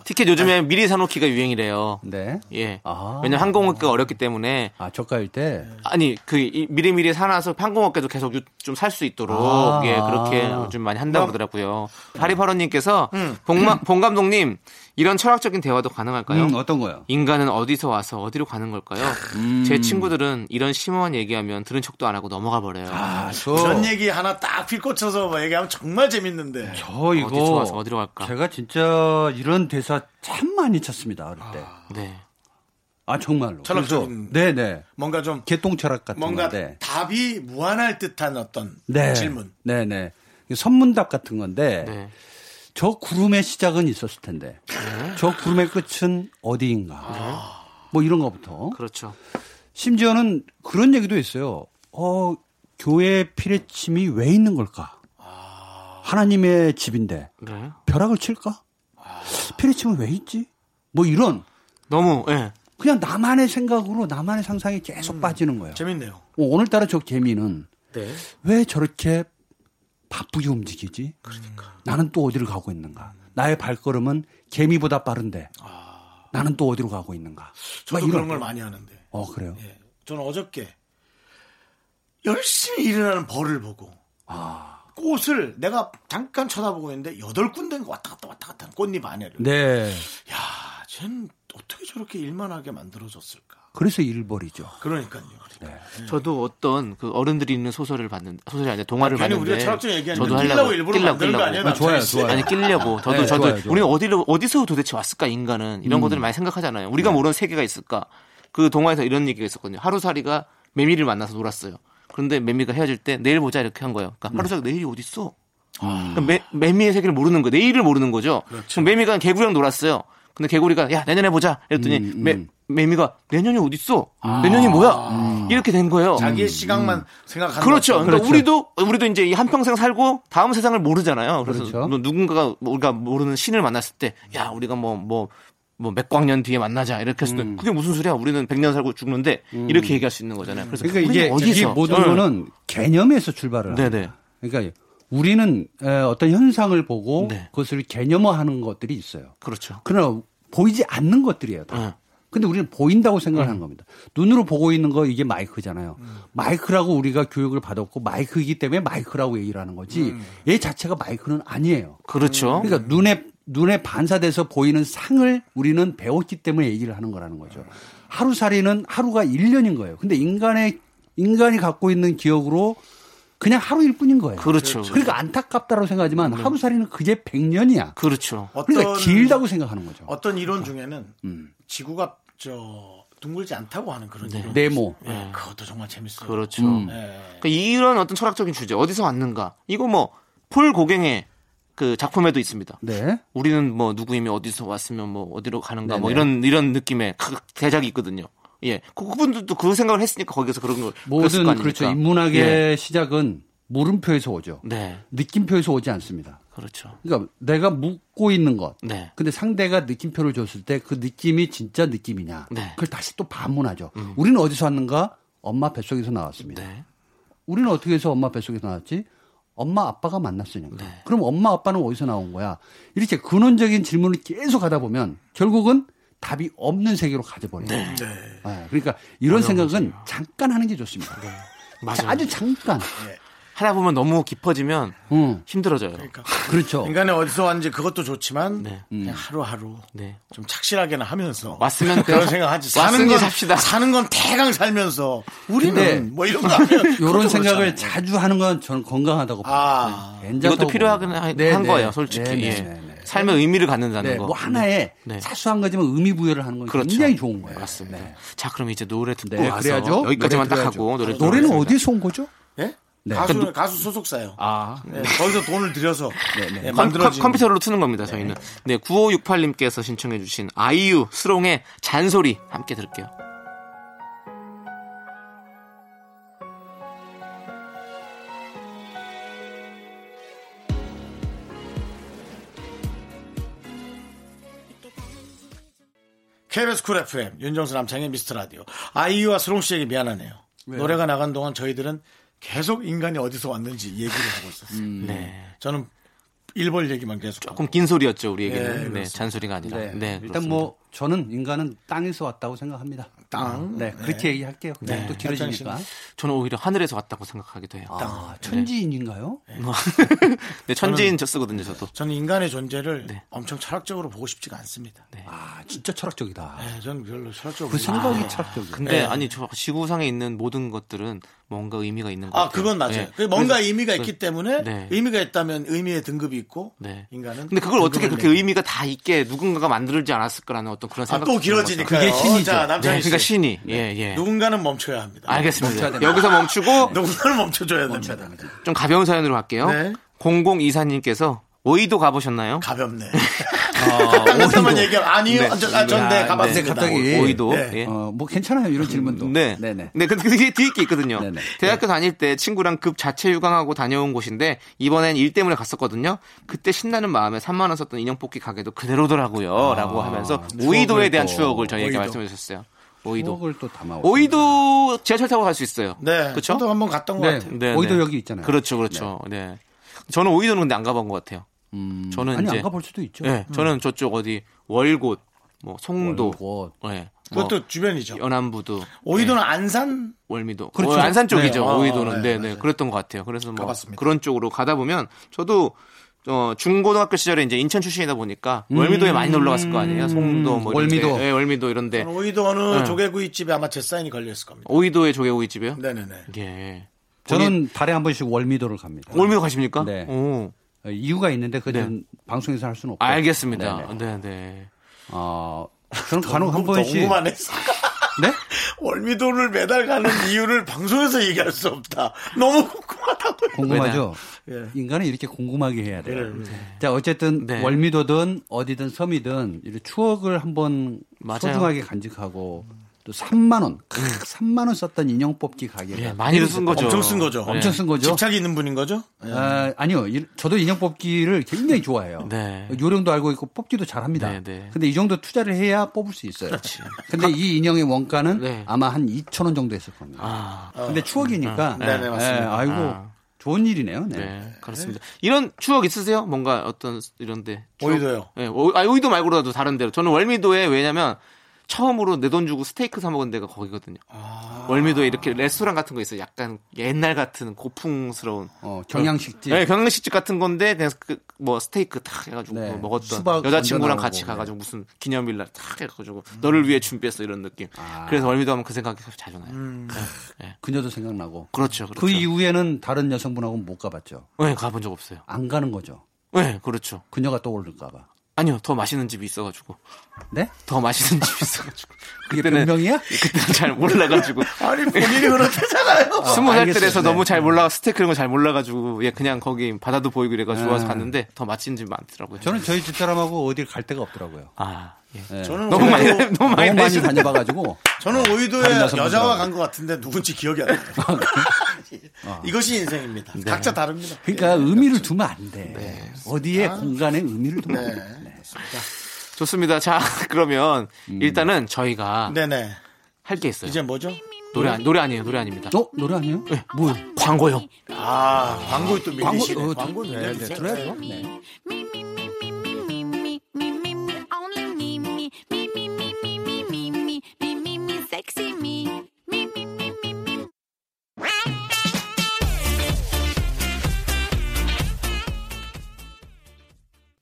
[SPEAKER 2] 티켓 요즘에 미리 사놓기가 유행이래요.
[SPEAKER 6] 네.
[SPEAKER 2] 예.
[SPEAKER 6] 아.
[SPEAKER 2] 왜냐면 항공업계가 어렵기 때문에
[SPEAKER 6] 아 저가일 때.
[SPEAKER 2] 아니 그 이- 미리미리 사놔서 항공업계도 계속 좀 살 수 있도록
[SPEAKER 6] 아.
[SPEAKER 2] 예 그렇게 요즘 많이 한다고 그러더라고요. 파리파로님께서
[SPEAKER 6] 음.
[SPEAKER 2] 봉마, 봉 감독님 이런 철학적인 대화도 가능할까요?
[SPEAKER 6] 음, 어떤 거요? 음.
[SPEAKER 2] 인간은 어디서 와서 어디로 가는 걸까요? 제 친구들은 이런 심오한 얘기하면 들은 척도 안 하고 넘어가 버려요.
[SPEAKER 6] 아, 저,
[SPEAKER 1] 그런 얘기 하나 딱 필꽂혀서 뭐 얘기하면 정말 재밌는데.
[SPEAKER 6] 저 이거
[SPEAKER 2] 어디서 와서 어디로 갈까?
[SPEAKER 6] 제가 진짜 이런 대사 참 많이 쳤습니다 어릴 때. 아,
[SPEAKER 2] 네.
[SPEAKER 6] 정말로.
[SPEAKER 1] 철학적인-
[SPEAKER 6] 그래서- 네네.
[SPEAKER 1] 뭔가 좀
[SPEAKER 6] 개똥 철학 같은
[SPEAKER 1] 뭔가
[SPEAKER 6] 건데.
[SPEAKER 1] 답이 무한할 듯한 어떤
[SPEAKER 6] 네.
[SPEAKER 1] 질문.
[SPEAKER 6] 네네. 선문답 같은 건데
[SPEAKER 2] 네.
[SPEAKER 6] 저 구름의 시작은 있었을 텐데 저 구름의 끝은 어디인가. 뭐 이런 거부터.
[SPEAKER 2] 그렇죠.
[SPEAKER 6] 심지어는 그런 얘기도 있어요. 어, 교회 피레침이 왜 있는 걸까? 하나님의 집인데
[SPEAKER 2] 네.
[SPEAKER 6] 벼락을 칠까? 피레침은 왜 있지? 뭐 이런
[SPEAKER 2] 너무 예.
[SPEAKER 6] 그냥 나만의 생각으로 나만의 상상에 계속
[SPEAKER 2] 음.
[SPEAKER 6] 빠지는 거예요.
[SPEAKER 1] 재밌네요.
[SPEAKER 6] 어, 오늘따라 저 개미는
[SPEAKER 1] 네.
[SPEAKER 6] 왜 저렇게 바쁘게 움직이지? 나는 또 어디를 가고 있는가? 나의 발걸음은 개미보다 빠른데 나는 또 어디로 가고 있는가?
[SPEAKER 1] 저도
[SPEAKER 6] 막 이런
[SPEAKER 1] 그런 걸
[SPEAKER 6] 거.
[SPEAKER 1] 많이 하는데.
[SPEAKER 6] 어 그래요.
[SPEAKER 1] 예. 저는 어저께 열심히 일하는 벌을 보고
[SPEAKER 6] 아.
[SPEAKER 1] 꽃을 내가 잠깐 쳐다보고 있는데 여덟 군데가 왔다 갔다 왔다 갔다 하는 꽃잎 안에를.
[SPEAKER 6] 네.
[SPEAKER 1] 야, 쟨 어떻게 저렇게 일만 하게 만들어졌을까?
[SPEAKER 6] 그래서 일벌이죠.
[SPEAKER 1] 그러니까요.
[SPEAKER 6] 네.
[SPEAKER 2] 음. 저도 어떤 그 어른들이 있는 소설을 봤는데 소설이 아니라 동화를
[SPEAKER 1] 괜히
[SPEAKER 2] 봤는데
[SPEAKER 1] 우리가 철학적인 얘기하니까
[SPEAKER 2] 저도
[SPEAKER 1] 끼려고
[SPEAKER 2] 하려고
[SPEAKER 1] 일부러 만드는 거 아니에요?
[SPEAKER 6] 아, 좋아요,
[SPEAKER 1] 남창희 씨?
[SPEAKER 6] 좋아요.
[SPEAKER 2] 아니 끼려고 저도 저도
[SPEAKER 6] 네, 좋아요, 음. 좋아요. 네.
[SPEAKER 2] 우리는 어디로 어디서 도대체 왔을까 인간은 이런 것들을 많이 생각하잖아요. 우리가 모르는 세계가 있을까 그 동화에서 이런 얘기가 있었거든요. 하루살이가 매미를 만나서 놀았어요. 그런데 매미가 헤어질 때 내일 보자 이렇게 한 거예요.
[SPEAKER 6] 음.
[SPEAKER 2] 그러니까 하루살이가 내일이 어디 있어? 그러니까 매, 매미의 세계를 모르는 거, 내일을 모르는 거죠.
[SPEAKER 1] 그렇죠.
[SPEAKER 2] 그럼 매미가 개구리랑 놀았어요. 근데 개구리가 야 내년에 보자 이랬더니
[SPEAKER 6] 음,
[SPEAKER 2] 매, 미가 내년이 어디 있어?
[SPEAKER 6] 아.
[SPEAKER 2] 내년이 뭐야?
[SPEAKER 6] 음.
[SPEAKER 2] 이렇게 된 거예요.
[SPEAKER 1] 자기의 시각만 생각하는
[SPEAKER 2] 그렇죠.
[SPEAKER 1] 거죠.
[SPEAKER 2] 그러니까 우리도 우리도 이제 한 평생 살고 다음 세상을 모르잖아요. 그래서 뭐
[SPEAKER 6] 그렇죠.
[SPEAKER 2] 누- 누군가가 우리가 모르는 신을 만났을 때, 야 우리가 뭐 뭐 뭐 몇 광년 뒤에 만나자 이렇게 했을 때
[SPEAKER 6] 음.
[SPEAKER 2] 그게 무슨 소리야? 우리는 100년 살고 죽는데 이렇게 얘기할 수 있는 거잖아요. 그래서
[SPEAKER 6] 그러니까
[SPEAKER 2] 우리는
[SPEAKER 6] 이게 이
[SPEAKER 2] 어디서
[SPEAKER 6] 모든 거는 개념에서 출발을 하는
[SPEAKER 2] 네네.
[SPEAKER 6] 그러니까 우리는 에, 어떤 현상을 보고
[SPEAKER 2] 네.
[SPEAKER 6] 그것을 개념화하는 것들이 있어요.
[SPEAKER 2] 그렇죠.
[SPEAKER 6] 그러나 보이지 않는 것들이에요. 다.
[SPEAKER 2] 응.
[SPEAKER 6] 근데 우리는 보인다고
[SPEAKER 2] 네.
[SPEAKER 6] 생각하는 겁니다. 눈으로 보고 있는 거 이게 마이크잖아요.
[SPEAKER 2] 음.
[SPEAKER 6] 마이크라고 우리가 교육을 받았고 마이크이기 때문에 마이크라고 얘기를 하는 거지. 얘 자체가 마이크는 아니에요.
[SPEAKER 2] 음. 그렇죠.
[SPEAKER 6] 그러니까 눈에 눈에 반사돼서 보이는 상을 우리는 배웠기 때문에 얘기를 하는 거라는
[SPEAKER 2] 음.
[SPEAKER 6] 거죠. 하루살이는 하루가 1년인 거예요. 근데 인간의 인간이 갖고 있는 기억으로 그냥 하루일 뿐인 거예요.
[SPEAKER 2] 그렇죠. 네.
[SPEAKER 6] 그러니까 안타깝다고 생각하지만 하루살이는 그게 100년이야.
[SPEAKER 2] 그렇죠.
[SPEAKER 6] 그러니까 길다고 생각하는 거죠.
[SPEAKER 1] 어떤 이론 중에는 지구가 저 둥글지 않다고 하는 그런 이론.
[SPEAKER 6] 네모.
[SPEAKER 1] 예, 그것도 정말 재밌어요.
[SPEAKER 2] 그렇죠.
[SPEAKER 6] 음.
[SPEAKER 1] 예.
[SPEAKER 2] 그러니까 이런 어떤 철학적인 주제 어디서 왔는가? 이거 뭐 폴 고갱의 그 작품에도 있습니다.
[SPEAKER 6] 네.
[SPEAKER 2] 우리는 뭐 누구이며 어디서 왔으면 뭐 어디로 가는가 뭐
[SPEAKER 6] 네네.
[SPEAKER 2] 이런 이런 느낌의 그 대작이 있거든요. 예, 그- 그분들도 그 생각을 했으니까 거기서 그런 걸 그랬을 거
[SPEAKER 6] 모든
[SPEAKER 2] 아닙니까?
[SPEAKER 6] 그렇죠. 인문학의
[SPEAKER 2] 예.
[SPEAKER 6] 시작은 물음표에서 오죠.
[SPEAKER 2] 네,
[SPEAKER 6] 느낌표에서 오지 않습니다.
[SPEAKER 2] 그렇죠.
[SPEAKER 6] 그러니까 내가 묻고 있는 것.
[SPEAKER 2] 네.
[SPEAKER 6] 근데 상대가 느낌표를 줬을 때 그 느낌이 진짜 느낌이냐.
[SPEAKER 2] 네. 음.
[SPEAKER 6] 그걸 다시 또 반문하죠. 우리는 어디서 왔는가? 엄마 뱃속에서 나왔습니다.
[SPEAKER 2] 네,
[SPEAKER 6] 우리는 어떻게 해서 엄마 뱃속에서 나왔지? 엄마 아빠가 만났으니까.
[SPEAKER 2] 네.
[SPEAKER 6] 그럼 엄마 아빠는 어디서 나온 거야? 이렇게 근원적인 질문을 계속 하다 보면 결국은 답이 없는 세계로 가져버려요. 네, 그러니까 이런 생각은 잠깐 하는 게 좋습니다.
[SPEAKER 2] 네. 맞아요.
[SPEAKER 6] 아주 잠깐.
[SPEAKER 2] 하다 보면 너무 깊어지면
[SPEAKER 6] 응,
[SPEAKER 2] 힘들어져요.
[SPEAKER 6] 그렇죠.
[SPEAKER 1] 인간이 어디서 왔는지 그것도 좋지만
[SPEAKER 2] 네.
[SPEAKER 1] 그냥 하루하루
[SPEAKER 2] 네,
[SPEAKER 1] 좀 착실하게나 하면서
[SPEAKER 2] 왔으면
[SPEAKER 1] 그런
[SPEAKER 2] 그냥
[SPEAKER 1] 생각하지.
[SPEAKER 2] 왔으니
[SPEAKER 1] 사는 건
[SPEAKER 2] 삽시다.
[SPEAKER 1] 사는 건 대강 살면서
[SPEAKER 6] 근데
[SPEAKER 1] 우리는 뭐 이런 거 하면
[SPEAKER 6] 요런
[SPEAKER 1] 그것도
[SPEAKER 6] 생각을
[SPEAKER 1] 그렇잖아요.
[SPEAKER 6] 자주 하는 건 저는 건강하다고 봐요.
[SPEAKER 1] 아
[SPEAKER 6] 괜찮다고
[SPEAKER 2] 이것도 필요하긴
[SPEAKER 6] 봅니다.
[SPEAKER 2] 한
[SPEAKER 6] 네, 네.
[SPEAKER 2] 거예요, 솔직히.
[SPEAKER 6] 네, 네,
[SPEAKER 2] 예.
[SPEAKER 6] 네, 네.
[SPEAKER 2] 삶의 의미를 갖는다는
[SPEAKER 6] 네,
[SPEAKER 2] 거.
[SPEAKER 6] 뭐 하나에
[SPEAKER 2] 네.
[SPEAKER 6] 사소한 거지만 의미 부여를 하는 건
[SPEAKER 2] 그렇죠.
[SPEAKER 6] 굉장히 좋은 거예요.
[SPEAKER 2] 맞습니다.
[SPEAKER 6] 네.
[SPEAKER 2] 자, 그럼 이제 노래 듣고
[SPEAKER 6] 네,
[SPEAKER 2] 와서
[SPEAKER 6] 그래야죠.
[SPEAKER 2] 여기까지만
[SPEAKER 6] 노래
[SPEAKER 2] 딱
[SPEAKER 6] 들어야죠.
[SPEAKER 2] 하고 노래
[SPEAKER 6] 노래는
[SPEAKER 2] 듣도록 하겠습니다.
[SPEAKER 6] 어디서 온 거죠?
[SPEAKER 1] 예?
[SPEAKER 6] 네.
[SPEAKER 1] 가수 가수 소속사요.
[SPEAKER 6] 아,
[SPEAKER 1] 예, 거기서 돈을 들여서 예,
[SPEAKER 2] 네, 컴- 컴-
[SPEAKER 1] 만들어진
[SPEAKER 2] 컴퓨터로 트는 겁니다, 저희는. 네, 9568님께서 신청해주신 아이유 수롱의 잔소리 함께 들을게요.
[SPEAKER 1] KBS 쿨 FM 윤정수 남창의 미스터 라디오 아이유와 수롱 씨에게 미안하네요. 노래가 나간 동안 저희들은 계속 인간이 어디서 왔는지 얘기를 하고 있었어요. 음.
[SPEAKER 2] 네.
[SPEAKER 1] 저는 일벌 얘기만 계속.
[SPEAKER 2] 조금 긴 소리였죠, 우리 얘기는.
[SPEAKER 1] 예,
[SPEAKER 2] 네,
[SPEAKER 1] 그렇습니다.
[SPEAKER 2] 잔소리가 아니라. 네.
[SPEAKER 6] 네. 일단 뭐 저는 인간은 땅에서 왔다고 생각합니다.
[SPEAKER 1] 땅.
[SPEAKER 6] 네, 그렇게 얘기할게요. 그냥 또 길어지니까.
[SPEAKER 2] 그렇습니다. 네. 저는 오히려 하늘에서 왔다고 생각하기도 해요.
[SPEAKER 6] 아, 천지인인가요?
[SPEAKER 2] 네, 천지인 저 쓰거든요, 저도.
[SPEAKER 1] 저는 인간의 존재를
[SPEAKER 2] 네.
[SPEAKER 1] 엄청 철학적으로 보고 싶지가 않습니다.
[SPEAKER 6] 아, 진짜 철학적이다.
[SPEAKER 1] 네, 저는 별로 철학적으로. 보고
[SPEAKER 6] 그
[SPEAKER 1] 싶지
[SPEAKER 6] 생각이
[SPEAKER 1] 않아요.
[SPEAKER 6] 철학적이다.
[SPEAKER 2] 근데 네, 아니 저 지구상에 있는 모든 것들은 뭔가 의미가 있는 것
[SPEAKER 1] 아,
[SPEAKER 2] 같아요.
[SPEAKER 1] 그건 맞아요.
[SPEAKER 2] 네.
[SPEAKER 1] 그게 뭔가
[SPEAKER 2] 그래서-
[SPEAKER 1] 의미가
[SPEAKER 2] 그-
[SPEAKER 1] 있기 때문에
[SPEAKER 2] 네.
[SPEAKER 1] 의미가 있다면 의미의 등급이 있고
[SPEAKER 2] 네.
[SPEAKER 1] 인간은.
[SPEAKER 2] 근데 그걸 어떻게
[SPEAKER 1] 등급을
[SPEAKER 2] 그렇게
[SPEAKER 1] 내고.
[SPEAKER 2] 의미가 다 있게 누군가가 만들지 않았을까라는 어떤 그런
[SPEAKER 1] 아,
[SPEAKER 2] 생각.
[SPEAKER 1] 또 길어지니까.
[SPEAKER 6] 그게 신이죠.
[SPEAKER 1] 자,
[SPEAKER 2] 네,
[SPEAKER 1] 남창희 씨.
[SPEAKER 2] 그러니까 신이. 예, 예.
[SPEAKER 1] 누군가는 멈춰야 합니다.
[SPEAKER 2] 알겠습니다.
[SPEAKER 6] 됩니다.
[SPEAKER 2] 여기서 멈추고
[SPEAKER 1] 누군가는 멈춰줘야 됩니다.
[SPEAKER 2] 좀 가벼운 사연으로 갈게요.
[SPEAKER 1] 네.
[SPEAKER 2] 0024님께서 오이도 가보셨나요?
[SPEAKER 1] 가볍네. 딴 것만 얘기하면 아니요.
[SPEAKER 2] 아, 네.
[SPEAKER 1] 아, 저- 아, 전네
[SPEAKER 6] 야,
[SPEAKER 1] 가봤어요.
[SPEAKER 6] 네, 갑자기.
[SPEAKER 2] 오이도.
[SPEAKER 1] 네.
[SPEAKER 2] 예.
[SPEAKER 6] 어, 뭐 괜찮아요. 이런 질문도.
[SPEAKER 2] 네.
[SPEAKER 6] 네,
[SPEAKER 2] 네,
[SPEAKER 6] 네.
[SPEAKER 2] 근데 그게 뒤에 게 있거든요.
[SPEAKER 6] 네네.
[SPEAKER 2] 대학교 다닐 때 친구랑 급 자체 휴강하고 다녀온 곳인데 이번엔 일 때문에 갔었거든요. 그때 신나는 마음에 3만 원 썼던 인형 뽑기 가게도 그대로더라고요라고 하면서 오이도에
[SPEAKER 6] 아, 추억을
[SPEAKER 2] 대한
[SPEAKER 6] 또.
[SPEAKER 2] 추억을 저희에게
[SPEAKER 1] 오이도.
[SPEAKER 2] 말씀해 주셨어요. 오이도.
[SPEAKER 6] 추억을 또 담아.
[SPEAKER 2] 오이도 지하철 타고 갈 수 있어요.
[SPEAKER 1] 네.
[SPEAKER 2] 그렇죠?
[SPEAKER 1] 저도 한번 갔던 것
[SPEAKER 6] 네.
[SPEAKER 1] 같아요.
[SPEAKER 2] 네,
[SPEAKER 6] 오이도
[SPEAKER 2] 네.
[SPEAKER 6] 여기 있잖아요.
[SPEAKER 2] 그렇죠, 그렇죠. 네. 저는 오이도는 근데 안 가본 것 같아요. 저는
[SPEAKER 6] 아니
[SPEAKER 2] 이제
[SPEAKER 6] 안 가볼 수도 있죠.
[SPEAKER 1] 음.
[SPEAKER 2] 네, 저는 저쪽 어디 월곶, 뭐 송도,
[SPEAKER 6] 곧.
[SPEAKER 2] 예, 뭐 네.
[SPEAKER 1] 그것도 주변이죠.
[SPEAKER 2] 연안부도,
[SPEAKER 1] 오이도는 안산
[SPEAKER 2] 월미도,
[SPEAKER 6] 그렇죠.
[SPEAKER 2] 어, 안산 쪽이죠.
[SPEAKER 1] 네, 어,
[SPEAKER 2] 오이도는
[SPEAKER 1] 어, 네,
[SPEAKER 2] 네, 네, 그랬던 것 같아요. 그래서 뭐
[SPEAKER 1] 가봤습니다.
[SPEAKER 2] 그런 쪽으로 가다 보면 저도 어, 중고등학교 시절에 이제 인천 출신이다 보니까 월미도에 많이 놀러 갔을 거 아니에요. 송도, 뭐 이런
[SPEAKER 6] 월미도.
[SPEAKER 2] 데. 예, 월미도 이런데
[SPEAKER 1] 오이도 어느
[SPEAKER 2] 네.
[SPEAKER 1] 조개구이 집에 아마 제 사인이 걸려 있을 겁니다.
[SPEAKER 2] 오이도의 조개구이 집이요.
[SPEAKER 1] 네네네.
[SPEAKER 2] 예.
[SPEAKER 6] 저는 달에 한 번씩 월미도를 갑니다.
[SPEAKER 2] 월미도 네. 가십니까?
[SPEAKER 6] 네.
[SPEAKER 2] 오,
[SPEAKER 6] 어, 이유가 있는데 그건 방송에서 할 수는 없고.
[SPEAKER 2] 알겠습니다.
[SPEAKER 6] 네, 네.
[SPEAKER 2] 네, 네.
[SPEAKER 6] 어, 저는 간혹 한
[SPEAKER 1] 너무
[SPEAKER 6] 번씩
[SPEAKER 1] 궁금하네.
[SPEAKER 6] 네?
[SPEAKER 1] 월미도를 매달 가는 이유를 방송에서 얘기할 수 없다. 너무 궁금하다고요.
[SPEAKER 6] 궁금하죠?
[SPEAKER 1] 왜냐?
[SPEAKER 6] 인간은 이렇게 궁금하게 해야 돼요.
[SPEAKER 1] 네,
[SPEAKER 6] 자, 어쨌든
[SPEAKER 2] 예. 네.
[SPEAKER 6] 월미도든 어디든 섬이든 이런 추억을 한번
[SPEAKER 2] 맞아요. 음.
[SPEAKER 6] 소중하게 간직하고 또 3만 원, 크, 3만 원 썼던 인형 뽑기 가게.
[SPEAKER 2] 예, 많이도 쓴 거죠.
[SPEAKER 1] 엄청 쓴 거죠.
[SPEAKER 6] 엄청 쓴 거죠.
[SPEAKER 1] 집착이 있는 분인 거죠? 예.
[SPEAKER 6] 아, 아니요. 이- 저도 인형 뽑기를 굉장히 좋아해요.
[SPEAKER 2] 네.
[SPEAKER 6] 요령도 알고 있고 뽑기도 잘합니다.
[SPEAKER 2] 네, 네.
[SPEAKER 6] 근데 이 정도 투자를 해야 뽑을 수 있어요. 근데 이 인형의 원가는
[SPEAKER 2] 네.
[SPEAKER 6] 아마 한 2천 원 정도 했을 겁니다.
[SPEAKER 2] 아,
[SPEAKER 6] 근데 추억이니까.
[SPEAKER 1] 네, 네, 맞습니다.
[SPEAKER 6] 예, 아이고
[SPEAKER 2] 아.
[SPEAKER 6] 좋은 일이네요. 네.
[SPEAKER 2] 네, 그렇습니다. 이런 추억 있으세요? 뭔가 어떤 이런데 추억?
[SPEAKER 1] 오이도요.
[SPEAKER 2] 예, 오, 아, 오이도 말고라도 다른 데로. 저는 월미도에 왜냐면 처음으로 내 돈 주고 스테이크 사 먹은 데가 거기거든요.
[SPEAKER 6] 아.
[SPEAKER 2] 월미도에 이렇게 레스토랑 같은 거 있어요. 약간 옛날 같은 고풍스러운.
[SPEAKER 6] 어, 경양식집.
[SPEAKER 2] 네, 경양식집 같은 건데 그냥 그, 뭐 스테이크 탁 해가지고
[SPEAKER 6] 네,
[SPEAKER 2] 그거 먹었던
[SPEAKER 6] 수박
[SPEAKER 2] 여자친구랑
[SPEAKER 6] 얹어
[SPEAKER 2] 같이
[SPEAKER 6] 나오고, 네.
[SPEAKER 2] 가가지고 무슨 기념일 날 탁 해가지고 너를 위해 준비했어 이런 느낌.
[SPEAKER 6] 아.
[SPEAKER 2] 그래서 월미도 하면 그 생각이 자주 나요. 네.
[SPEAKER 6] 그녀도 생각나고.
[SPEAKER 2] 그렇죠,
[SPEAKER 6] 음. 그
[SPEAKER 2] 그렇죠.
[SPEAKER 6] 이후에는 다른 여성분하고 못 가봤죠.
[SPEAKER 2] 네, 가본 적 없어요.
[SPEAKER 6] 안 가는 거죠.
[SPEAKER 2] 네, 그렇죠.
[SPEAKER 6] 그녀가 떠오를까봐.
[SPEAKER 2] 아니요, 더 맛있는 집이 있어가지고.
[SPEAKER 6] 네?
[SPEAKER 2] 더 맛있는 집이 있어가지고.
[SPEAKER 6] 그게
[SPEAKER 2] 그때는-
[SPEAKER 6] 변명이야?
[SPEAKER 2] 그때는 잘 몰라가지고.
[SPEAKER 1] 아니, 본인이 그렇다잖아요.
[SPEAKER 2] 스무 살 때라서
[SPEAKER 6] 알겠어요.
[SPEAKER 2] 너무 잘 몰라 스테이크 이런 거 잘 몰라가지고 예 그냥 거기 바다도 보이고 이래가지고 와서 갔는데 더 맛있는 집 많더라고요.
[SPEAKER 6] 네. 저는 저희 집사람하고 어딜 갈 데가 없더라고요.
[SPEAKER 2] 아 예.
[SPEAKER 1] 저는
[SPEAKER 2] 너무 많이
[SPEAKER 1] 오이도-
[SPEAKER 2] 너무 많이
[SPEAKER 6] 너무 네. 많이
[SPEAKER 2] 내시는
[SPEAKER 6] 다녀봐가지고
[SPEAKER 1] 저는 오이도에
[SPEAKER 6] 다른 여성분들하고. 아,
[SPEAKER 1] 여자와 간 것 같은데 누군지 기억이 안 나요. 어. 이것이 인생입니다. 각자 다릅니다.
[SPEAKER 6] 네. 그러니까
[SPEAKER 1] 예.
[SPEAKER 6] 의미를 두면 안 돼.
[SPEAKER 2] 네.
[SPEAKER 6] 어디에 공간에 의미를 두면 안 돼.
[SPEAKER 1] 네.
[SPEAKER 2] 좋습니다. 자 그러면
[SPEAKER 6] 음.
[SPEAKER 2] 일단은 저희가
[SPEAKER 1] 네네.
[SPEAKER 2] 할 게 있어요.
[SPEAKER 1] 이제 뭐죠?
[SPEAKER 2] 노래 아니- 노래 아니에요 노래 아닙니다.
[SPEAKER 6] 어? 노래 아니에요?
[SPEAKER 2] 예, 뭐 광고요.
[SPEAKER 1] 아, 광고 또 밀리시네.
[SPEAKER 6] 광고, 어,
[SPEAKER 1] 광고
[SPEAKER 6] 네, 네,
[SPEAKER 1] 밀리세요.
[SPEAKER 6] 들어야죠.
[SPEAKER 1] 네.
[SPEAKER 6] 네.
[SPEAKER 3] Me, me, me, me, me, me, me, me, me, only me, me, me, me, me, me, me, me, me, me, me, me, sexy me. Me, me, me, me, me.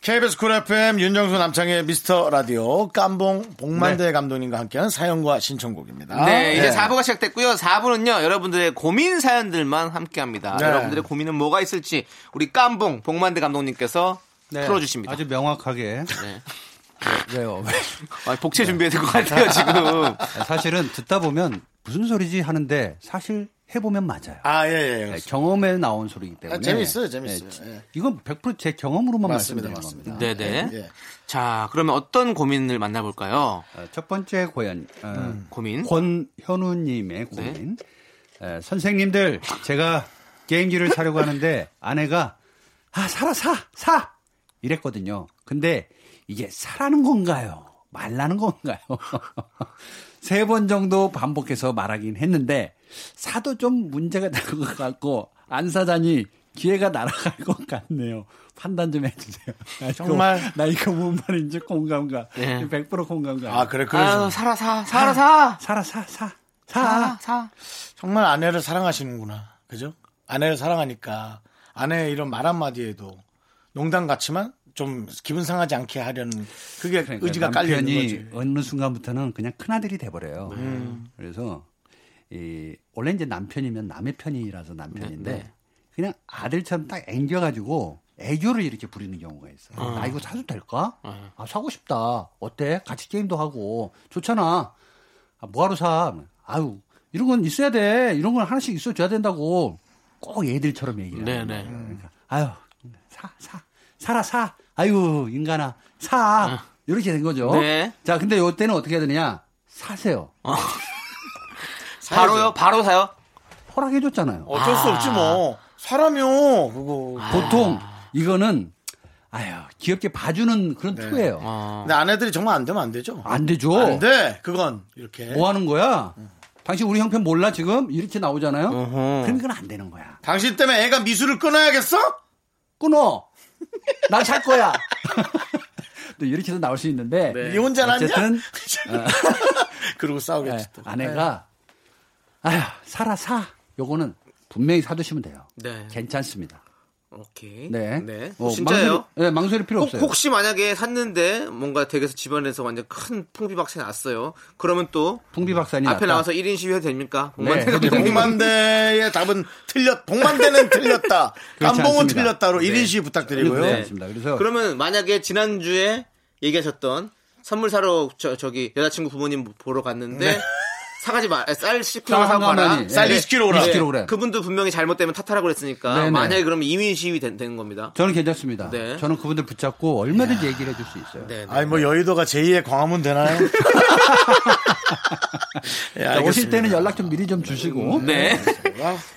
[SPEAKER 1] KBS 쿨 FM 윤정수 남창의 미스터 라디오 깜봉 복만대 감독님과 함께하는 사연과 신청곡입니다.
[SPEAKER 2] 네,
[SPEAKER 1] 네.
[SPEAKER 2] 이제 4부가 시작됐고요. 4부는요, 여러분들의 고민 사연들만 함께 합니다.
[SPEAKER 1] 네.
[SPEAKER 2] 여러분들의 고민은 뭐가 있을지, 우리 깜봉, 복만대 감독님께서
[SPEAKER 1] 네.
[SPEAKER 2] 풀어주십니다.
[SPEAKER 6] 아주 명확하게. 왜요?
[SPEAKER 2] 아,
[SPEAKER 6] 네.
[SPEAKER 2] 복채 준비해야 될 것 같아요, 지금.
[SPEAKER 6] 사실은 듣다 보면 무슨 소리지 하는데 사실 해보면 맞아요.
[SPEAKER 1] 아, 예, 예.
[SPEAKER 6] 네,
[SPEAKER 1] 그렇습니다.
[SPEAKER 6] 경험에 나온 소리이기 때문에.
[SPEAKER 2] 네.
[SPEAKER 6] 네,
[SPEAKER 1] 아, 재밌어요, 재밌어요. 예.
[SPEAKER 6] 이건 100%제 경험으로만
[SPEAKER 1] 맞습니다,
[SPEAKER 6] 말씀드리는
[SPEAKER 1] 맞습니다.
[SPEAKER 6] 겁니다.
[SPEAKER 2] 아, 네네.
[SPEAKER 1] 예.
[SPEAKER 2] 자, 그러면 어떤 고민을 만나볼까요?
[SPEAKER 6] 어, 첫 번째 고연, 어,
[SPEAKER 2] 음, 고민. 네.
[SPEAKER 6] 권현우님의 고민. 에, 선생님들, 제가 게임기를 사려고 하는데 아내가 아 사라 사 사! 이랬거든요. 근데 이게 사라는 건가요? 말라는 건가요? 세 번 정도 반복해서 말하긴 했는데 사도 좀 문제가 될 것 같고 안 사다니 기회가 날아갈 것 같네요. 판단 좀 해주세요. 나 이거-
[SPEAKER 1] 정말?
[SPEAKER 6] 나 이거 무슨 말인지 공감가.
[SPEAKER 2] 네.
[SPEAKER 6] 100% 공감가.
[SPEAKER 1] 아, 그래, 그래서.
[SPEAKER 2] 아유, 살아, 사. 살아, 사.
[SPEAKER 6] 사라 사 사.
[SPEAKER 2] 사,
[SPEAKER 6] 사.
[SPEAKER 2] 사.
[SPEAKER 1] 정말 아내를 사랑하시는구나. 그죠? 아내를 사랑하니까 아내의 이런 말 한마디에도 농담 같지만 좀 기분 상하지 않게 하려는 그게
[SPEAKER 6] 그러니까
[SPEAKER 1] 의지가 깔려 있는
[SPEAKER 6] 남편이
[SPEAKER 1] 거지.
[SPEAKER 6] 어느 순간부터는 그냥 큰 아들이 돼 버려요. 음. 그래서 이 원래 이제 남편이면 남의 편이라서 남편인데
[SPEAKER 2] 네, 네.
[SPEAKER 6] 그냥 아들처럼 딱 앵겨 가지고 애교를 이렇게 부리는 경우가 있어요. 나 이거 사도 될까? 아, 사고 싶다. 어때? 같이 게임도 하고 좋잖아. 아, 뭐하러 사? 아유, 이런 건 있어야 돼. 이런 건 하나씩 있어줘야 된다고 꼭 애들처럼 얘기를
[SPEAKER 2] 네,
[SPEAKER 6] 하는
[SPEAKER 2] 네.
[SPEAKER 6] 거예요. 그러니까 아유, 사, 사, 사라, 사. 아유, 인간아, 사. 이렇게 된 거죠.
[SPEAKER 2] 네.
[SPEAKER 6] 자, 근데 요때는 어떻게 해야 되느냐? 사세요.
[SPEAKER 2] 바로요? 바로 사요?
[SPEAKER 6] 허락해줬잖아요.
[SPEAKER 1] 어쩔 수 없지 뭐. 사람이요, 그거.
[SPEAKER 6] 보통 이거는 아유, 귀엽게 봐주는 그런 투예요.
[SPEAKER 2] 어.
[SPEAKER 1] 근데 아내들이 정말 안 되면 안 되죠.
[SPEAKER 6] 안 되죠.
[SPEAKER 1] 네. 안 돼. 그건 이렇게.
[SPEAKER 6] 뭐 하는 거야? 당신 우리 형편 몰라 지금 이렇게 나오잖아요. 그럼 이건 안 되는 거야.
[SPEAKER 1] 당신 때문에 애가 미술을 끊어야겠어?
[SPEAKER 6] 끊어. 나 살 거야. 또 이렇게도 나올 수 있는데
[SPEAKER 1] 네 혼자 낳냐?
[SPEAKER 6] 어쨌든 아.
[SPEAKER 1] 그러고
[SPEAKER 6] 예,
[SPEAKER 1] 싸우겠지 또.
[SPEAKER 6] 아내가 아휴 사라 사. 요거는 분명히 사두시면 돼요.
[SPEAKER 2] 네.
[SPEAKER 6] 괜찮습니다.
[SPEAKER 2] 오케이.
[SPEAKER 6] 네.
[SPEAKER 2] 네.
[SPEAKER 6] 어,
[SPEAKER 2] 진짜예요?
[SPEAKER 6] 망설이- 네, 망설일 필요
[SPEAKER 2] 혹,
[SPEAKER 6] 없어요.
[SPEAKER 2] 혹시 만약에 샀는데 뭔가 댁에서 집안에서 완전 큰 풍비박사 났어요. 그러면 또
[SPEAKER 6] 풍비 박사님
[SPEAKER 2] 앞에
[SPEAKER 6] 아까-
[SPEAKER 2] 나와서 1인 시위해도 됩니까?
[SPEAKER 6] 네, 해도 됩니다.
[SPEAKER 1] 복만대의 답은 틀렸, 복만대는 틀렸다.
[SPEAKER 6] 그렇지
[SPEAKER 1] 깜봉은
[SPEAKER 6] 않습니다.
[SPEAKER 1] 틀렸다로
[SPEAKER 2] 네.
[SPEAKER 1] 1인 시 부탁드리고요.
[SPEAKER 6] 네. 그렇습니다. 그래서
[SPEAKER 2] 그러면 만약에 지난주에 얘기하셨던 선물 사러 저, 저기 여자친구 부모님 보러 갔는데 사가지 마. 쌀 10kg
[SPEAKER 6] 네. 쌀한
[SPEAKER 2] 사고 가라.
[SPEAKER 6] 가마니.
[SPEAKER 1] 쌀
[SPEAKER 6] 네.
[SPEAKER 1] 20kg 라.
[SPEAKER 6] 20kg.
[SPEAKER 2] 그분도 분명히 잘못되면 탓하라고 그랬으니까
[SPEAKER 6] 네네.
[SPEAKER 2] 만약에 그러면 2인 시위 된, 되는 겁니다.
[SPEAKER 6] 저는 괜찮습니다.
[SPEAKER 2] 네.
[SPEAKER 6] 저는 그분들 붙잡고 얼마든지 얘기를 해줄 수 있어요.
[SPEAKER 2] 네.
[SPEAKER 1] 아니, 뭐 여의도가 제2의 광화문 되나요? 예,
[SPEAKER 6] 자, 오실
[SPEAKER 1] 알겠습니다.
[SPEAKER 6] 때는 연락 좀 미리 좀 주시고.
[SPEAKER 2] 네.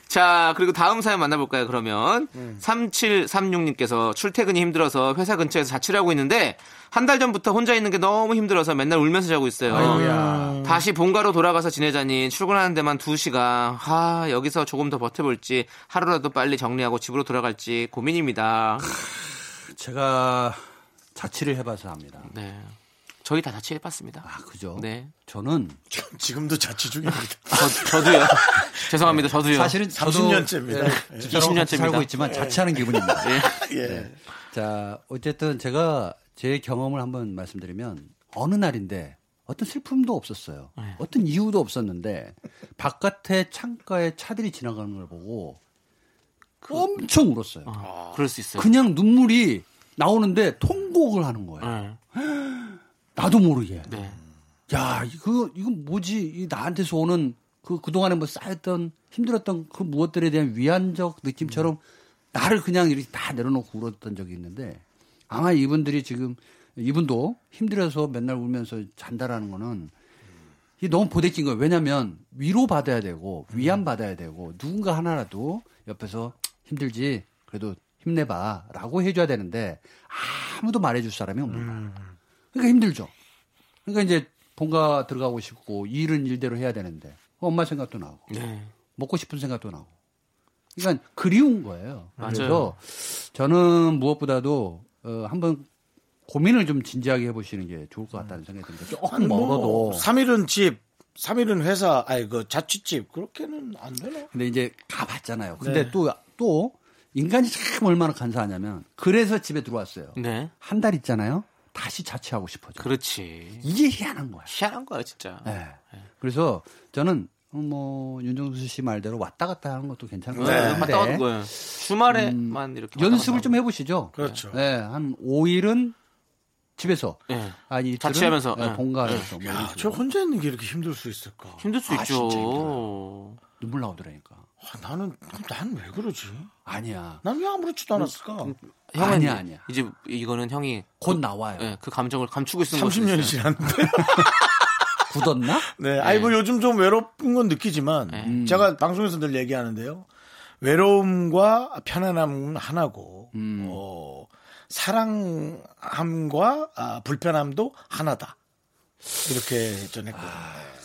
[SPEAKER 2] 자, 그리고 다음 사연 만나볼까요, 그러면?
[SPEAKER 6] 음.
[SPEAKER 2] 3736님께서 출퇴근이 힘들어서 회사 근처에서 자취를 하고 있는데 한 달 전부터 혼자 있는 게 너무 힘들어서 맨날 울면서 자고 있어요.
[SPEAKER 6] 아이고야.
[SPEAKER 2] 다시 본가로 돌아가서 지내자니 출근하는 데만 2시간. 아, 여기서 조금 더 버텨볼지 하루라도 빨리 정리하고 집으로 돌아갈지 고민입니다.
[SPEAKER 6] 제가 자취를 해봐서 합니다.
[SPEAKER 2] 네. 저희 다 자취해봤습니다.
[SPEAKER 6] 아, 그죠?
[SPEAKER 2] 네.
[SPEAKER 6] 저는
[SPEAKER 1] 지금도 자취 중입니다.
[SPEAKER 2] 저, 도요 죄송합니다. 저도요.
[SPEAKER 6] 사실은 저도
[SPEAKER 1] 30년 째입니다.
[SPEAKER 6] 네, 저랑 같이
[SPEAKER 2] 20년
[SPEAKER 6] 살고
[SPEAKER 2] 째입니다.
[SPEAKER 6] 있지만 자취하는 기분입니다.
[SPEAKER 1] 예.
[SPEAKER 6] 자, 어쨌든 제가 제 경험을 한번 말씀드리면 어느 날인데 어떤 슬픔도 없었어요.
[SPEAKER 2] 예.
[SPEAKER 6] 어떤 이유도 없었는데 바깥에 창가에 차들이 지나가는 걸 보고
[SPEAKER 1] 그
[SPEAKER 6] 엄청 울었어요.
[SPEAKER 2] 아, 그럴 수 있어요.
[SPEAKER 6] 그냥 눈물이 나오는데 통곡을 하는 거예요.
[SPEAKER 2] 네.
[SPEAKER 6] 나도 모르게.
[SPEAKER 2] 네.
[SPEAKER 6] 야, 이거 이건 뭐지? 이 나한테서 오는 그 그동안에 뭐 쌓였던 힘들었던 그 무엇들에 대한 위안적 느낌처럼 나를 그냥 이렇게 다 내려놓고 울었던 적이 있는데 아마 이분들이 지금 이분도 힘들어서 맨날 울면서 잔다라는 거는 이게 너무 보대낀 거예요. 왜냐면 위로 받아야 되고
[SPEAKER 2] 음.
[SPEAKER 6] 위안 받아야 되고 누군가 하나라도 옆에서 힘들지 그래도 힘내봐라고 해줘야 되는데 아무도 말해줄 사람이 없는
[SPEAKER 2] 음.
[SPEAKER 6] 거야. 그러니까 힘들죠. 그러니까 이제 본가 들어가고 싶고 일은 일대로 해야 되는데 엄마 생각도 나고
[SPEAKER 2] 네.
[SPEAKER 6] 먹고 싶은 생각도 나고 그러니까 그리운 거예요.
[SPEAKER 2] 맞아요.
[SPEAKER 6] 그래서 저는 무엇보다도 어, 한번 고민을 좀 진지하게 해보시는 게 좋을 것
[SPEAKER 2] 음.
[SPEAKER 6] 같다는 생각이 듭니다. 조금
[SPEAKER 2] 뭐
[SPEAKER 6] 먹어도
[SPEAKER 1] 3일은 집, 3일은 회사, 아니, 그 자취집. 그렇게는 안 되나?
[SPEAKER 6] 근데 이제 가봤잖아요.
[SPEAKER 2] 네.
[SPEAKER 6] 근데 또 또 인간이 참 얼마나 간사하냐면 그래서 집에 들어왔어요.
[SPEAKER 2] 네.
[SPEAKER 6] 한 달 있잖아요. 다시 자취하고 싶어져.
[SPEAKER 2] 그렇지.
[SPEAKER 6] 이게 희한한 거야.
[SPEAKER 2] 희한한 거야, 진짜.
[SPEAKER 6] 예.
[SPEAKER 2] 네.
[SPEAKER 6] 그래서 저는 뭐 윤정수 씨 말대로 왔다 갔다 하는 것도 괜찮은 것 같아요.
[SPEAKER 2] 갔다 왔던 네, 거예요. 주말에만 이렇게 왔다
[SPEAKER 6] 네. 연습을
[SPEAKER 2] 갔다
[SPEAKER 6] 좀 해보시죠.
[SPEAKER 1] 그렇죠.
[SPEAKER 6] 예, 한 5일은 집에서
[SPEAKER 2] 하고. 예.
[SPEAKER 6] 아니 이틀은
[SPEAKER 2] 자취하면서,
[SPEAKER 6] 예,
[SPEAKER 2] 예.
[SPEAKER 6] 본가에서 뭐 이런
[SPEAKER 1] 야, 저
[SPEAKER 6] 식으로.
[SPEAKER 1] 혼자 있는 게 이렇게 힘들 수 있을까?
[SPEAKER 2] 힘들 수
[SPEAKER 6] 아, 진짜
[SPEAKER 2] 있죠.
[SPEAKER 6] 눈물 나오더라니까.
[SPEAKER 1] 아, 나는, 나는 왜 그러지?
[SPEAKER 6] 아니야.
[SPEAKER 1] 난 왜 아무렇지도 않았을까?
[SPEAKER 2] 형은
[SPEAKER 6] 아니야, 아니야.
[SPEAKER 2] 이제 이거는 형이
[SPEAKER 6] 곧 나와요.
[SPEAKER 2] 예, 그 감정을 감추고 있는 거죠.
[SPEAKER 1] 30년이 지났는데.
[SPEAKER 6] 굳었나?
[SPEAKER 1] 네, 음. 아이 뭐 요즘 좀 외로운 건 느끼지만 제가 방송에서 늘 얘기하는데요. 외로움과 편안함은 하나고 어, 사랑함과 아, 불편함도 하나다. 이렇게 전했거든요.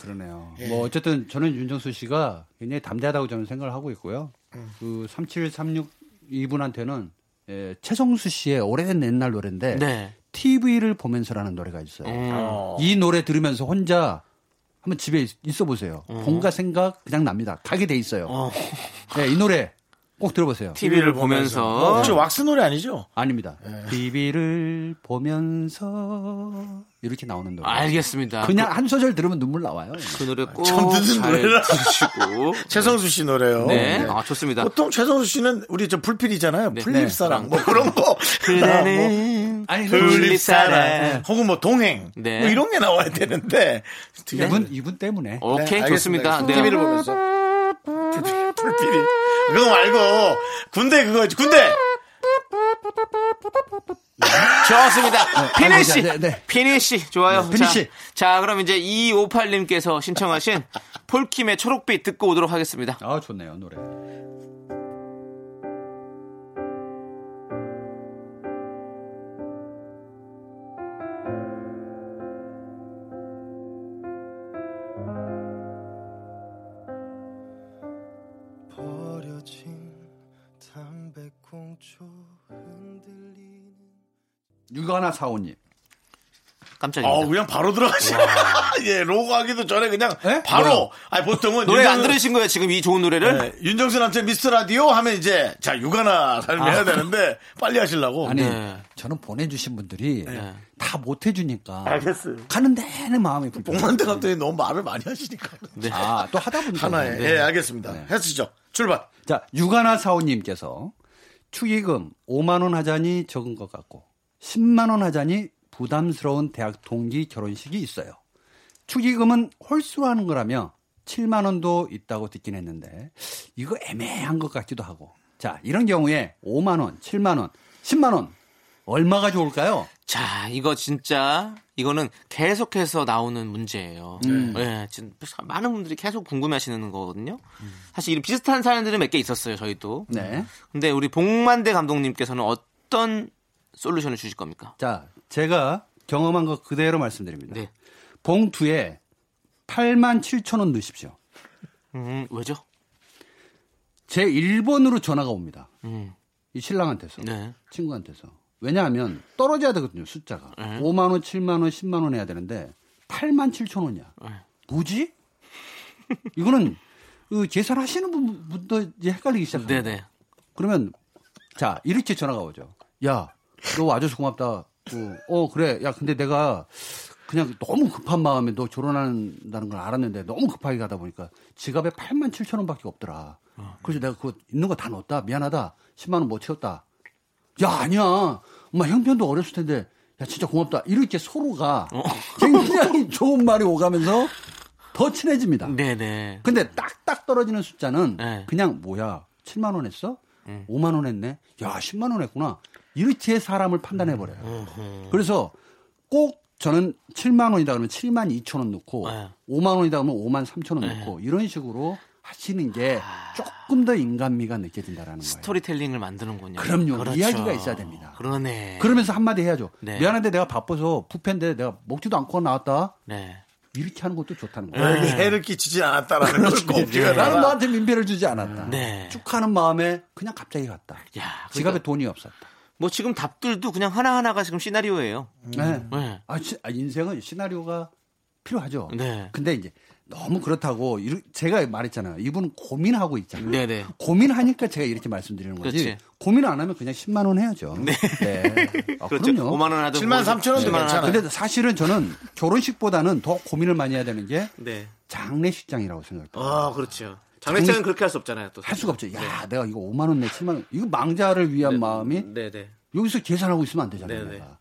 [SPEAKER 6] 그러네요. 뭐 어쨌든 저는 윤정수 씨가 굉장히 담대하다고 저는 생각을 하고 있고요. 그 3736 이분한테는 예, 최성수 씨의 오래된 옛날 노래인데
[SPEAKER 2] 네.
[SPEAKER 6] TV를 보면서라는 노래가 있어요.
[SPEAKER 1] 아.
[SPEAKER 6] 이 노래 들으면서 혼자 한번 집에 있- 있어 보세요. 본가 생각 그냥 납니다. 가게 돼 음. 있어요. 네, 이 노래 꼭 들어보세요.
[SPEAKER 2] TV를 보면서
[SPEAKER 1] 혹시 왁스 노래 아니죠?
[SPEAKER 6] 아닙니다. TV를 보면서 이렇게 나오는 노래.
[SPEAKER 2] 알겠습니다.
[SPEAKER 6] 그냥 한 소절 들으면 눈물 나와요.
[SPEAKER 2] 그 노래
[SPEAKER 1] 처음 듣는
[SPEAKER 2] 꼭잘
[SPEAKER 1] 노래라.
[SPEAKER 2] 들으시고.
[SPEAKER 1] 최성수 씨 노래요.
[SPEAKER 2] 네.
[SPEAKER 1] 네.
[SPEAKER 2] 아, 좋습니다.
[SPEAKER 1] 보통 최성수 씨는 우리 저 불필이잖아요.
[SPEAKER 2] 네,
[SPEAKER 1] 풀립사랑 뭐 그런 거. 나
[SPEAKER 2] 그대는
[SPEAKER 6] 아니,
[SPEAKER 2] 풀립사랑.
[SPEAKER 1] 혹은 뭐 동행.
[SPEAKER 2] 네.
[SPEAKER 1] 뭐 이런 게 나와야 되는데. 어떻게
[SPEAKER 6] 이분 이분 때문에
[SPEAKER 2] 오케이,
[SPEAKER 1] 네,
[SPEAKER 2] 좋습니다.
[SPEAKER 1] 알겠습니다.
[SPEAKER 2] 네.
[SPEAKER 1] TV를 보면서 불필이 그거 말고 군대 그거 군대
[SPEAKER 2] 네. 좋습니다. 피니시.
[SPEAKER 6] 네, 네.
[SPEAKER 2] 피니시. 좋아요.
[SPEAKER 6] 네, 피니시.
[SPEAKER 2] 자, 자, 그럼 이제 258님께서 신청하신 폴킴의 초록빛 듣고 오도록 하겠습니다.
[SPEAKER 6] 아 좋네요 노래. 육아나 사오님
[SPEAKER 2] 깜짝이야.
[SPEAKER 1] 어, 그냥 바로 들어가시네. 예, 로고 하기도 전에 그냥
[SPEAKER 2] 뭐야?
[SPEAKER 1] 바로. 아니, 보통은.
[SPEAKER 2] 노래 안
[SPEAKER 1] 윤정-
[SPEAKER 2] 들으신 거예요 지금 이 좋은 노래를?
[SPEAKER 1] 네, 윤정수한테 미스 라디오 하면 이제, 자, 육아나 삶을
[SPEAKER 6] 아.
[SPEAKER 1] 해야 되는데, 빨리 하시려고.
[SPEAKER 6] 아니 저는 보내주신 분들이
[SPEAKER 1] 네.
[SPEAKER 6] 다 못해주니까
[SPEAKER 1] 알겠어요.
[SPEAKER 6] 가는 내내 마음이 불편.
[SPEAKER 1] 봉만대 감독이 너무 말을 많이 하시니까.
[SPEAKER 6] 아, 또 하다 보니까.
[SPEAKER 1] 하나에.
[SPEAKER 6] 네.
[SPEAKER 1] 예, 알겠습니다. 했으죠. 출발.
[SPEAKER 6] 자, 육아나 사오님께서 축의금 5만 원 하자니 적은 것 같고 10만 원 하자니 부담스러운 대학 동기 결혼식이 있어요. 축의금은 홀수로 하는 거라며 7만 원도 있다고 듣긴 했는데 이거 애매한 것 같기도 하고. 자, 이런 경우에 5만 원, 7만 원, 10만 원 얼마가 좋을까요?
[SPEAKER 2] 자, 이거 진짜 이거는 계속해서 나오는 문제예요.
[SPEAKER 6] 음.
[SPEAKER 2] 예, 지금 많은 분들이 계속 궁금해하시는 거거든요. 사실 이런 비슷한 사연들은 몇 개 있었어요, 저희도.
[SPEAKER 6] 네.
[SPEAKER 2] 근데 우리 봉만대 감독님께서는 어떤 솔루션을 주실 겁니까?
[SPEAKER 6] 자, 제가 경험한 거 그대로 말씀드립니다.
[SPEAKER 2] 네.
[SPEAKER 6] 봉투에 8만 7천 원 넣으십시오.
[SPEAKER 2] 음, 왜죠?
[SPEAKER 6] 제 1번으로 전화가 옵니다.
[SPEAKER 2] 음.
[SPEAKER 6] 이 신랑한테서.
[SPEAKER 2] 네.
[SPEAKER 6] 친구한테서. 왜냐하면 떨어져야 되거든요, 숫자가.
[SPEAKER 2] 네.
[SPEAKER 6] 5만 원, 7만 원, 10만 원 해야 되는데 8만 7천 원이야. 뭐지? 이거는 그 계산하시는 분부터 이제 헷갈리기 시작해요.
[SPEAKER 2] 네, 네.
[SPEAKER 6] 그러면 자, 이렇게 전화가 오죠. 야, 너 와줘서 고맙다. 어, 어, 그래. 야, 근데 내가 그냥 너무 급한 마음에 너 결혼한다는 걸 알았는데 너무 급하게 가다 보니까 지갑에 8만 7천 원밖에 없더라. 그래서 내가 그거 있는 거 다 넣었다. 미안하다. 10만 원 못 채웠다. 야, 아니야. 엄마 형편도 어렸을 텐데 야, 진짜 고맙다. 이렇게 서로가 굉장히 좋은 말이 오가면서 더 친해집니다.
[SPEAKER 2] 네, 네.
[SPEAKER 6] 근데 딱딱 떨어지는 숫자는
[SPEAKER 2] 네.
[SPEAKER 6] 그냥 뭐야 7만 원 했어?
[SPEAKER 2] 예.
[SPEAKER 6] 5만 원 했네? 야 10만 원 했구나. 이렇게 사람을 판단해 버려요.
[SPEAKER 2] 음,
[SPEAKER 6] 그래서 꼭 저는 7만 원이다 그러면 7만 2천 원 넣고
[SPEAKER 2] 네.
[SPEAKER 6] 5만 원이다 그러면 5만 3천
[SPEAKER 2] 예.
[SPEAKER 6] 원 넣고 이런 식으로 하시는 게 조금 더 인간미가 느껴진다라는 거예요.
[SPEAKER 2] 아. 스토리텔링을 만드는군요. 그렇죠.
[SPEAKER 6] 그럼요. 이야기가 있어야 됩니다.
[SPEAKER 2] 그러네.
[SPEAKER 6] 그러면서 한마디 해야죠.
[SPEAKER 2] 네.
[SPEAKER 6] 미안한데 내가 바빠서 부패인데 내가 먹지도 않고 나왔다.
[SPEAKER 2] 네.
[SPEAKER 6] 이렇게 하는 것도 좋다는 거예요.
[SPEAKER 1] 나에게 해를 끼치지 않았다라는 걸꼭
[SPEAKER 6] 예. 나는
[SPEAKER 1] 기억해라.
[SPEAKER 6] 너한테 민폐를 주지 않았다.
[SPEAKER 2] 네.
[SPEAKER 6] 축하는 마음에 그냥 갑자기 갔다.
[SPEAKER 2] 야,
[SPEAKER 6] 지갑에
[SPEAKER 2] 지갑에
[SPEAKER 6] 돈이 없었다.
[SPEAKER 2] 뭐 지금 답들도 그냥 하나하나가 지금 시나리오예요.
[SPEAKER 6] 네.
[SPEAKER 2] 네.
[SPEAKER 6] 아, 시- 아, 인생은 시나리오가 필요하죠.
[SPEAKER 2] 네.
[SPEAKER 6] 근데 이제 너무 그렇다고 이르- 제가 말했잖아요. 이분은 고민하고 있잖아요.
[SPEAKER 2] 네, 네.
[SPEAKER 6] 고민하니까 제가 이렇게 말씀드리는 거지.
[SPEAKER 2] 그렇지.
[SPEAKER 6] 고민 안 하면 그냥 10만 원 해야죠. 네. 아,
[SPEAKER 2] 그렇죠.
[SPEAKER 6] 그럼요.
[SPEAKER 2] 5만 원 하든
[SPEAKER 1] 7만 3천 원도
[SPEAKER 2] 10만 원 하든.
[SPEAKER 1] 괜찮아요.
[SPEAKER 6] 근데 사실은 저는 결혼식보다는 더 고민을 많이 해야 되는 게
[SPEAKER 2] 네.
[SPEAKER 6] 장례식장이라고 생각해요.
[SPEAKER 2] 아, 그렇죠. 장례식은 그렇게 할 수 없잖아요, 또.
[SPEAKER 6] 할 수가 없죠. 야, 내가 이거 5만 원 내, 7만 원. 이거 망자를 위한 마음이
[SPEAKER 2] 네, 네.
[SPEAKER 6] 여기서 계산하고 있으면 안 되잖아요.
[SPEAKER 2] 네네.
[SPEAKER 6] 내가.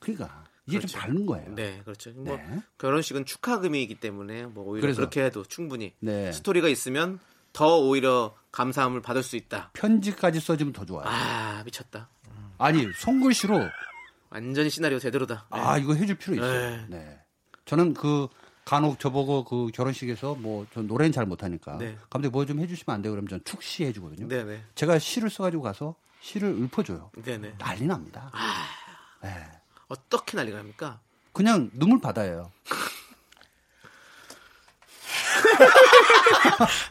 [SPEAKER 6] 그러니까 이게
[SPEAKER 2] 그렇죠.
[SPEAKER 6] 좀 다른 거예요.
[SPEAKER 2] 네, 그렇죠. 뭐
[SPEAKER 6] 네.
[SPEAKER 2] 결혼식은 축하금이기 때문에 뭐 오히려
[SPEAKER 6] 그래서.
[SPEAKER 2] 그렇게 해도 충분히
[SPEAKER 6] 네.
[SPEAKER 2] 스토리가 있으면 더 오히려 감사함을 받을 수 있다.
[SPEAKER 6] 편지까지 써주면 더 좋아요.
[SPEAKER 2] 아, 미쳤다.
[SPEAKER 6] 아니 손글씨로
[SPEAKER 2] 완전히 시나리오 제대로다. 네.
[SPEAKER 6] 아 이거 해줄 필요 있어요.
[SPEAKER 2] 네.
[SPEAKER 6] 네. 저는 그 간혹 저보고 그 결혼식에서 뭐 전 노래는 잘 못하니까
[SPEAKER 2] 네.
[SPEAKER 6] 감독님 뭐 좀 해주시면 안 돼요? 그러면 전 축시 해주거든요.
[SPEAKER 2] 네, 네.
[SPEAKER 6] 제가 시를 써가지고 가서 시를 읊어줘요.
[SPEAKER 2] 네, 네.
[SPEAKER 6] 난리 납니다. 네.
[SPEAKER 2] 어떻게 난리가 합니까?
[SPEAKER 6] 그냥 눈물 받아요.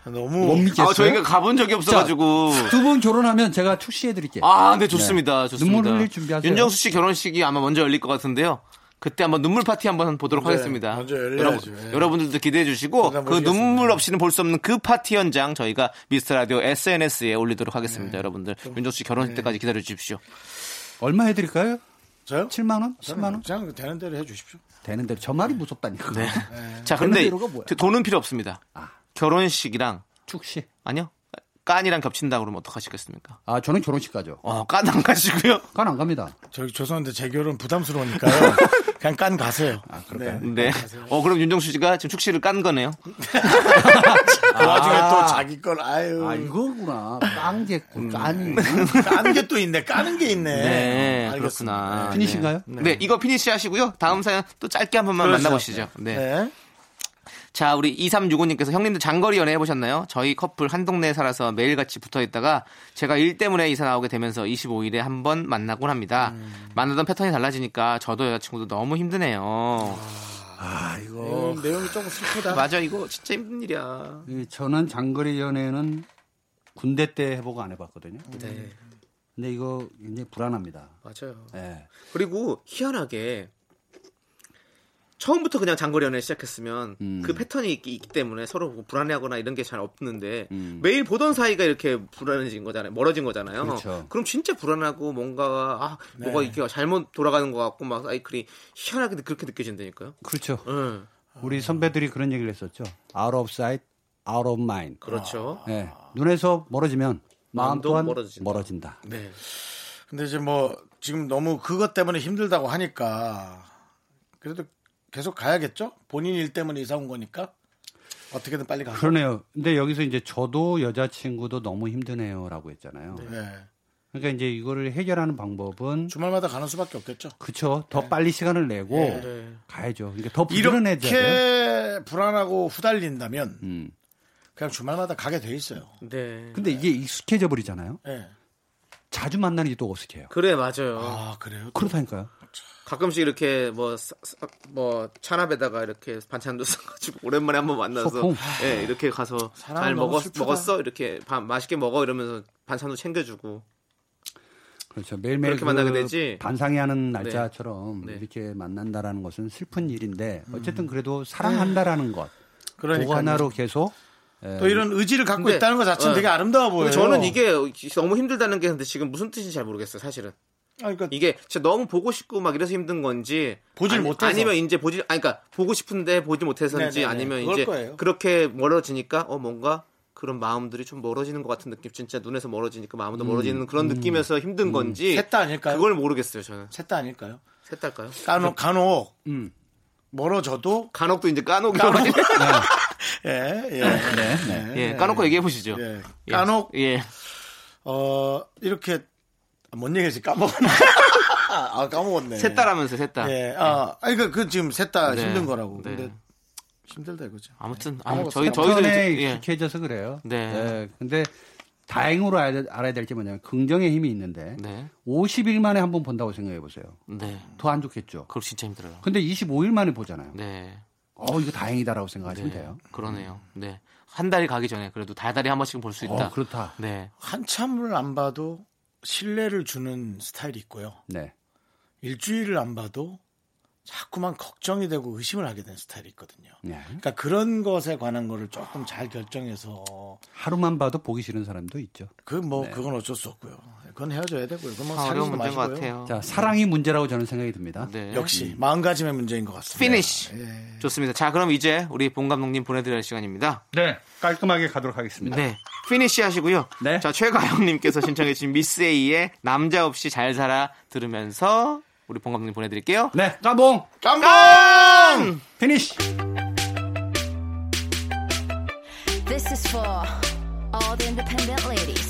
[SPEAKER 1] 너무.
[SPEAKER 6] 못 믿겠어요.
[SPEAKER 2] 아, 저희가 가본 적이 없어 가지고
[SPEAKER 6] 두 분 결혼하면 제가 축시해드릴게요.
[SPEAKER 2] 아, 네, 좋습니다.
[SPEAKER 6] 네.
[SPEAKER 2] 좋습니다.
[SPEAKER 6] 눈물 흘릴 준비하세요.
[SPEAKER 2] 윤정수 씨 결혼식이 아마 먼저 열릴 것 같은데요. 그때 한번 눈물 파티 한번 보도록 하겠습니다.
[SPEAKER 1] 네, 먼저 열려야죠. 예.
[SPEAKER 2] 여러분, 들도 기대해 주시고
[SPEAKER 1] 일단
[SPEAKER 2] 그
[SPEAKER 1] 모르겠습니다.
[SPEAKER 2] 눈물 없이는 볼 수 없는 그 파티 현장 저희가 미스터 라디오 SNS에 올리도록 하겠습니다.
[SPEAKER 1] 네.
[SPEAKER 2] 여러분들 윤정수 씨 결혼식 때까지 기다려 주십시오.
[SPEAKER 6] 얼마 해드릴까요?
[SPEAKER 1] 저요?
[SPEAKER 6] 7만 원? 10만 원?
[SPEAKER 1] 그냥 되는 대로 해주십시오.
[SPEAKER 6] 되는데 저 말이 무섭다니까.
[SPEAKER 2] 네. 자, 근데
[SPEAKER 6] 결혼 비로가 뭐야?
[SPEAKER 2] 돈은 필요 없습니다.
[SPEAKER 1] 아.
[SPEAKER 2] 결혼식이랑
[SPEAKER 6] 축시.
[SPEAKER 2] 아니요. 깐이랑 겹친다 그러면 어떡하시겠습니까?
[SPEAKER 6] 아 저는 결혼식 가죠.
[SPEAKER 2] 어, 깐안 가시고요.
[SPEAKER 6] 간 안 갑니다.
[SPEAKER 1] 저기 죄송한데 제 결혼 부담스러우니까요. 그냥 깐 가세요. 아, 그럴까요?
[SPEAKER 2] 네. 어, 그럼 윤정수 씨가 지금 축시를 깐 거네요.
[SPEAKER 1] 그 와중에 또 자기 걸, 아유.
[SPEAKER 6] 아 이거구나. 음. 깡제꾼 깐.
[SPEAKER 1] 까는 게 또 있네. 까는 게 있네.
[SPEAKER 2] 네,
[SPEAKER 1] 알겠습니다.
[SPEAKER 2] 그렇구나.
[SPEAKER 6] 피니시인가요?
[SPEAKER 2] 네. 네, 이거 피니시 하시고요. 다음 사연 또 짧게 한 번만
[SPEAKER 1] 그러죠.
[SPEAKER 2] 만나보시죠. 네.
[SPEAKER 1] 그렇죠. 네.
[SPEAKER 2] 자, 우리 2365님께서 형님들 장거리 연애 해보셨나요? 저희 커플 한 동네에 살아서 매일같이 붙어 있다가 제가 일 때문에 이사 나오게 되면서 25일에 한 번 만나곤 합니다.
[SPEAKER 1] 음.
[SPEAKER 2] 만나던 패턴이 달라지니까 저도 여자친구도 너무 힘드네요.
[SPEAKER 1] 아, 이거 음, 내용이 조금 슬프다.
[SPEAKER 2] 맞아, 이거 진짜 힘든 일이야.
[SPEAKER 6] 이, 저는 장거리 연애는 군대 때 해보고 안 해봤거든요.
[SPEAKER 2] 네,
[SPEAKER 6] 근데 이거 굉장히 불안합니다.
[SPEAKER 2] 맞아요.
[SPEAKER 6] 예.
[SPEAKER 2] 그리고 희한하게 처음부터 그냥 장거리 연애 시작했으면
[SPEAKER 6] 음.
[SPEAKER 2] 그 패턴이 있- 있기 때문에 서로 뭐 불안해하거나 이런 게 잘 없는데 매일 보던 사이가 이렇게 불안해진 거잖아요. 멀어진 거잖아요.
[SPEAKER 6] 음. 그렇죠.
[SPEAKER 2] 럼 진짜 불안하고 뭔가 아, 뭐가 이렇게 잘못 돌아가는 것 같고 막 사이클이 희한하게 느- 그렇게 느껴진다니까요. 예,
[SPEAKER 6] 그렇죠.
[SPEAKER 2] 응.
[SPEAKER 6] 우리 선배들이 그런 얘기를 했었죠. Out of sight, out of mind.
[SPEAKER 2] 그렇죠.
[SPEAKER 6] 예, 눈에서 멀어지면 마음
[SPEAKER 1] 마음도
[SPEAKER 6] 또한
[SPEAKER 1] 멀어진다.
[SPEAKER 6] 멀어진다.
[SPEAKER 2] 네.
[SPEAKER 1] 근데 이제 뭐 지금 너무 그것 때문에 힘들다고 하니까 그래도 계속 가야겠죠? 본인 일 때문에 이사 온 거니까 어떻게든 빨리 가서.
[SPEAKER 6] 그러네요. 근데 여기서 이제 저도 여자친구도 너무 힘드네요라고 했잖아요.
[SPEAKER 1] 네.
[SPEAKER 6] 그러니까 이제 이거를 해결하는 방법은
[SPEAKER 1] 주말마다 가는 수밖에 없겠죠.
[SPEAKER 6] 그쵸. 더 빨리 시간을 내고
[SPEAKER 1] 네.
[SPEAKER 6] 가야죠. 그러니까 더 부지런해져요.
[SPEAKER 1] 이렇게 불안하고 후달린다면
[SPEAKER 2] 음.
[SPEAKER 1] 그냥 주말마다 가게 돼 있어요.
[SPEAKER 2] 네.
[SPEAKER 6] 근데 이게 익숙해져 버리잖아요.
[SPEAKER 1] 네.
[SPEAKER 6] 자주 만나는 게 또 어색해요.
[SPEAKER 2] 그래 맞아요.
[SPEAKER 1] 아 그래요?
[SPEAKER 6] 그렇다니까요.
[SPEAKER 2] 가끔씩 이렇게 뭐 뭐 찬압에다가 이렇게 반찬도 싸가지고 오랜만에 한번 만나서
[SPEAKER 6] 소풍.
[SPEAKER 2] 예 이렇게 가서
[SPEAKER 6] 사람은
[SPEAKER 2] 잘
[SPEAKER 6] 너무
[SPEAKER 2] 먹었
[SPEAKER 6] 슬프다.
[SPEAKER 2] 먹었어 이렇게 밥 맛있게 먹어 이러면서 반찬도 챙겨주고
[SPEAKER 6] 그렇죠. 매일매일
[SPEAKER 2] 그렇게 만나게 되지.
[SPEAKER 6] 반상회 하는
[SPEAKER 2] 네. 음.
[SPEAKER 6] 날짜처럼 이렇게 만난다라는 것은 슬픈 일인데 어쨌든 그래도
[SPEAKER 2] 네.
[SPEAKER 6] 사랑한다라는 것.
[SPEAKER 1] 그러니까요.
[SPEAKER 6] 그거 하나로 계속 예,
[SPEAKER 1] 또 이런 의지를 갖고 있다는 것 자체는
[SPEAKER 2] 예.
[SPEAKER 1] 되게 아름다워
[SPEAKER 2] 근데
[SPEAKER 1] 보여요.
[SPEAKER 2] 저는 이게 너무 힘들다는 게 근데 지금 무슨 뜻인지 잘 모르겠어요 사실은.
[SPEAKER 1] 아, 그러니까
[SPEAKER 2] 이게 진짜 너무 보고 싶고 막 이래서 힘든 건지
[SPEAKER 1] 보질
[SPEAKER 2] 아니-
[SPEAKER 1] 못해서.
[SPEAKER 2] 아니면 이제 보질 아니 그러니까 보고 싶은데 보지 못해서인지
[SPEAKER 1] 네네네.
[SPEAKER 2] 아니면
[SPEAKER 1] 그럴
[SPEAKER 2] 이제
[SPEAKER 1] 거예요.
[SPEAKER 2] 그렇게 멀어지니까 어 뭔가 그런 마음들이 좀 멀어지는 것 같은 느낌 진짜 눈에서 멀어지니까 마음도 멀어지는 그런 느낌에서
[SPEAKER 6] 음.
[SPEAKER 2] 힘든 건지
[SPEAKER 1] 셋다 아닐까요?
[SPEAKER 2] 그걸 모르겠어요 저는
[SPEAKER 1] 셋다 아닐까요?
[SPEAKER 2] 셋 달까요?
[SPEAKER 1] 간혹 간혹
[SPEAKER 6] 음.
[SPEAKER 1] 멀어져도
[SPEAKER 2] 간혹도 이제 까놓고
[SPEAKER 1] 예, 예.
[SPEAKER 2] 네. 예, 까놓고 얘기해 보시죠.
[SPEAKER 1] 예. 까놓
[SPEAKER 2] 예.
[SPEAKER 1] 어 이렇게 아, 뭔 얘기지 까먹었네. 아 까먹었네.
[SPEAKER 2] 셋다라면서 셋다.
[SPEAKER 1] 예, 아, 아니 그, 그 지금 셋 다
[SPEAKER 2] 네.
[SPEAKER 1] 힘든 거라고. 근데
[SPEAKER 2] 네.
[SPEAKER 1] 힘들다 이거죠.
[SPEAKER 2] 아무튼
[SPEAKER 1] 아,
[SPEAKER 2] 아무 저희
[SPEAKER 6] 패턴에
[SPEAKER 2] 저희도 이제- 예.
[SPEAKER 6] 익숙해져서 그래요.
[SPEAKER 2] 네.
[SPEAKER 6] 예, 근데 다행으로 알아야, 알아야 될 게 뭐냐면 긍정의 힘이 있는데
[SPEAKER 2] 네.
[SPEAKER 6] 50일 만에 한 번 본다고 생각해 보세요.
[SPEAKER 2] 네.
[SPEAKER 6] 더 안 좋겠죠.
[SPEAKER 2] 그럼 진짜 힘들어요.
[SPEAKER 6] 근데 25일 만에 보잖아요.
[SPEAKER 2] 네.
[SPEAKER 6] 어 이거 다행이다라고 생각하시면
[SPEAKER 2] 네,
[SPEAKER 6] 돼요.
[SPEAKER 2] 그러네요. 네. 한 달이 가기 전에 그래도 달달이 한 번씩은 볼 수 있다.
[SPEAKER 6] 어 그렇다.
[SPEAKER 2] 네.
[SPEAKER 1] 한참을 안 봐도 신뢰를 주는 스타일이 있고요.
[SPEAKER 6] 네.
[SPEAKER 1] 일주일을 안 봐도 자꾸만 걱정이 되고 의심을 하게 되는 스타일이 있거든요.
[SPEAKER 6] 네.
[SPEAKER 1] 그러니까 그런 것에 관한 거를 조금 잘 결정해서
[SPEAKER 6] 하루만 봐도 보기 싫은 사람도 있죠.
[SPEAKER 1] 그 뭐 그건 어쩔 수 없고요. 그건 헤어져야 되고요. 그건 뭐
[SPEAKER 2] 네. 아, 어려운
[SPEAKER 1] 사귀지도
[SPEAKER 2] 문제인 것
[SPEAKER 1] 마시고요.
[SPEAKER 2] 같아요.
[SPEAKER 6] 자 사랑이 문제라고 저는 생각이 듭니다.
[SPEAKER 2] 네.
[SPEAKER 1] 역시 네. 예. 마음가짐의 문제인 것 같습니다.
[SPEAKER 2] 피니쉬. 좋습니다. 자, 그럼 이제 우리 봉 감독님 보내드릴 시간입니다.
[SPEAKER 6] 네 깔끔하게 가도록 하겠습니다.
[SPEAKER 2] 네. 피니쉬 하시고요.
[SPEAKER 6] 네.
[SPEAKER 2] 자, 최가영님께서 신청해주신 미스 A의 남자 없이 잘 살아 들으면서 우리 봉 감독님 보내드릴게요.
[SPEAKER 6] 네 까봉
[SPEAKER 2] 깜봉!
[SPEAKER 6] 피니쉬.
[SPEAKER 8] This is for all the independent ladies.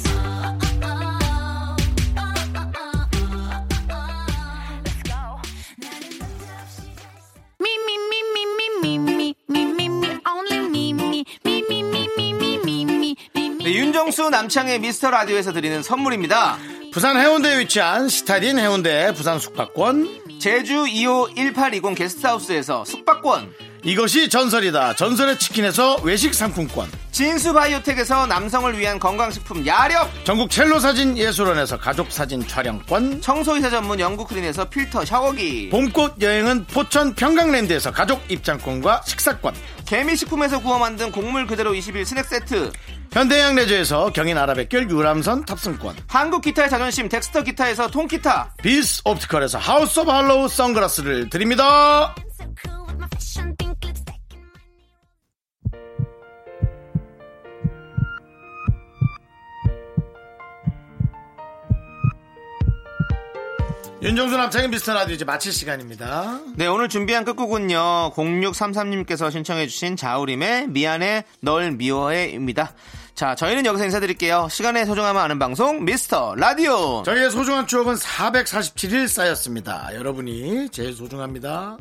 [SPEAKER 3] Me, me, me, me, me, me, me, me, me, me, only me, me, me, me, me, me, me, me, me, me, me.
[SPEAKER 2] 네, 윤정수 남창의 미스터 라디오에서 드리는 선물입니다.
[SPEAKER 1] 부산 해운대에 위치한 스타딘 해운대 부산 숙박권.
[SPEAKER 2] 제주 2호 1820 게스트하우스에서 숙박권.
[SPEAKER 1] 이것이 전설이다. 전설의 치킨에서 외식 상품권.
[SPEAKER 2] 진수 바이오텍에서 남성을 위한 건강식품 야력.
[SPEAKER 1] 전국 첼로 사진 예술원에서 가족 사진 촬영권.
[SPEAKER 2] 청소이사 전문 영국 크린에서 필터 샤워기.
[SPEAKER 1] 봄꽃 여행은 포천 평강랜드에서 가족 입장권과 식사권.
[SPEAKER 2] 개미식품에서 구워 만든 곡물 그대로 21 스낵 세트.
[SPEAKER 1] 현대양 레저에서 경인 아라뱃길 유람선 탑승권.
[SPEAKER 2] 한국 기타의 자존심 덱스터 기타에서 통기타.
[SPEAKER 1] 비스 옵티컬에서 하우스 오브 할로우 선글라스를 드립니다. 윤정수 남창의 미스터 라디오 이제 마칠 시간입니다.
[SPEAKER 2] 네, 오늘 준비한 끝곡은요. 0633님께서 신청해주신 자우림의 미안해 널 미워해입니다. 자, 저희는 여기서 인사드릴게요. 시간의 소중함을 아는 방송 미스터 라디오.
[SPEAKER 1] 저희의 소중한 추억은 447일 쌓였습니다. 여러분이 제일 소중합니다.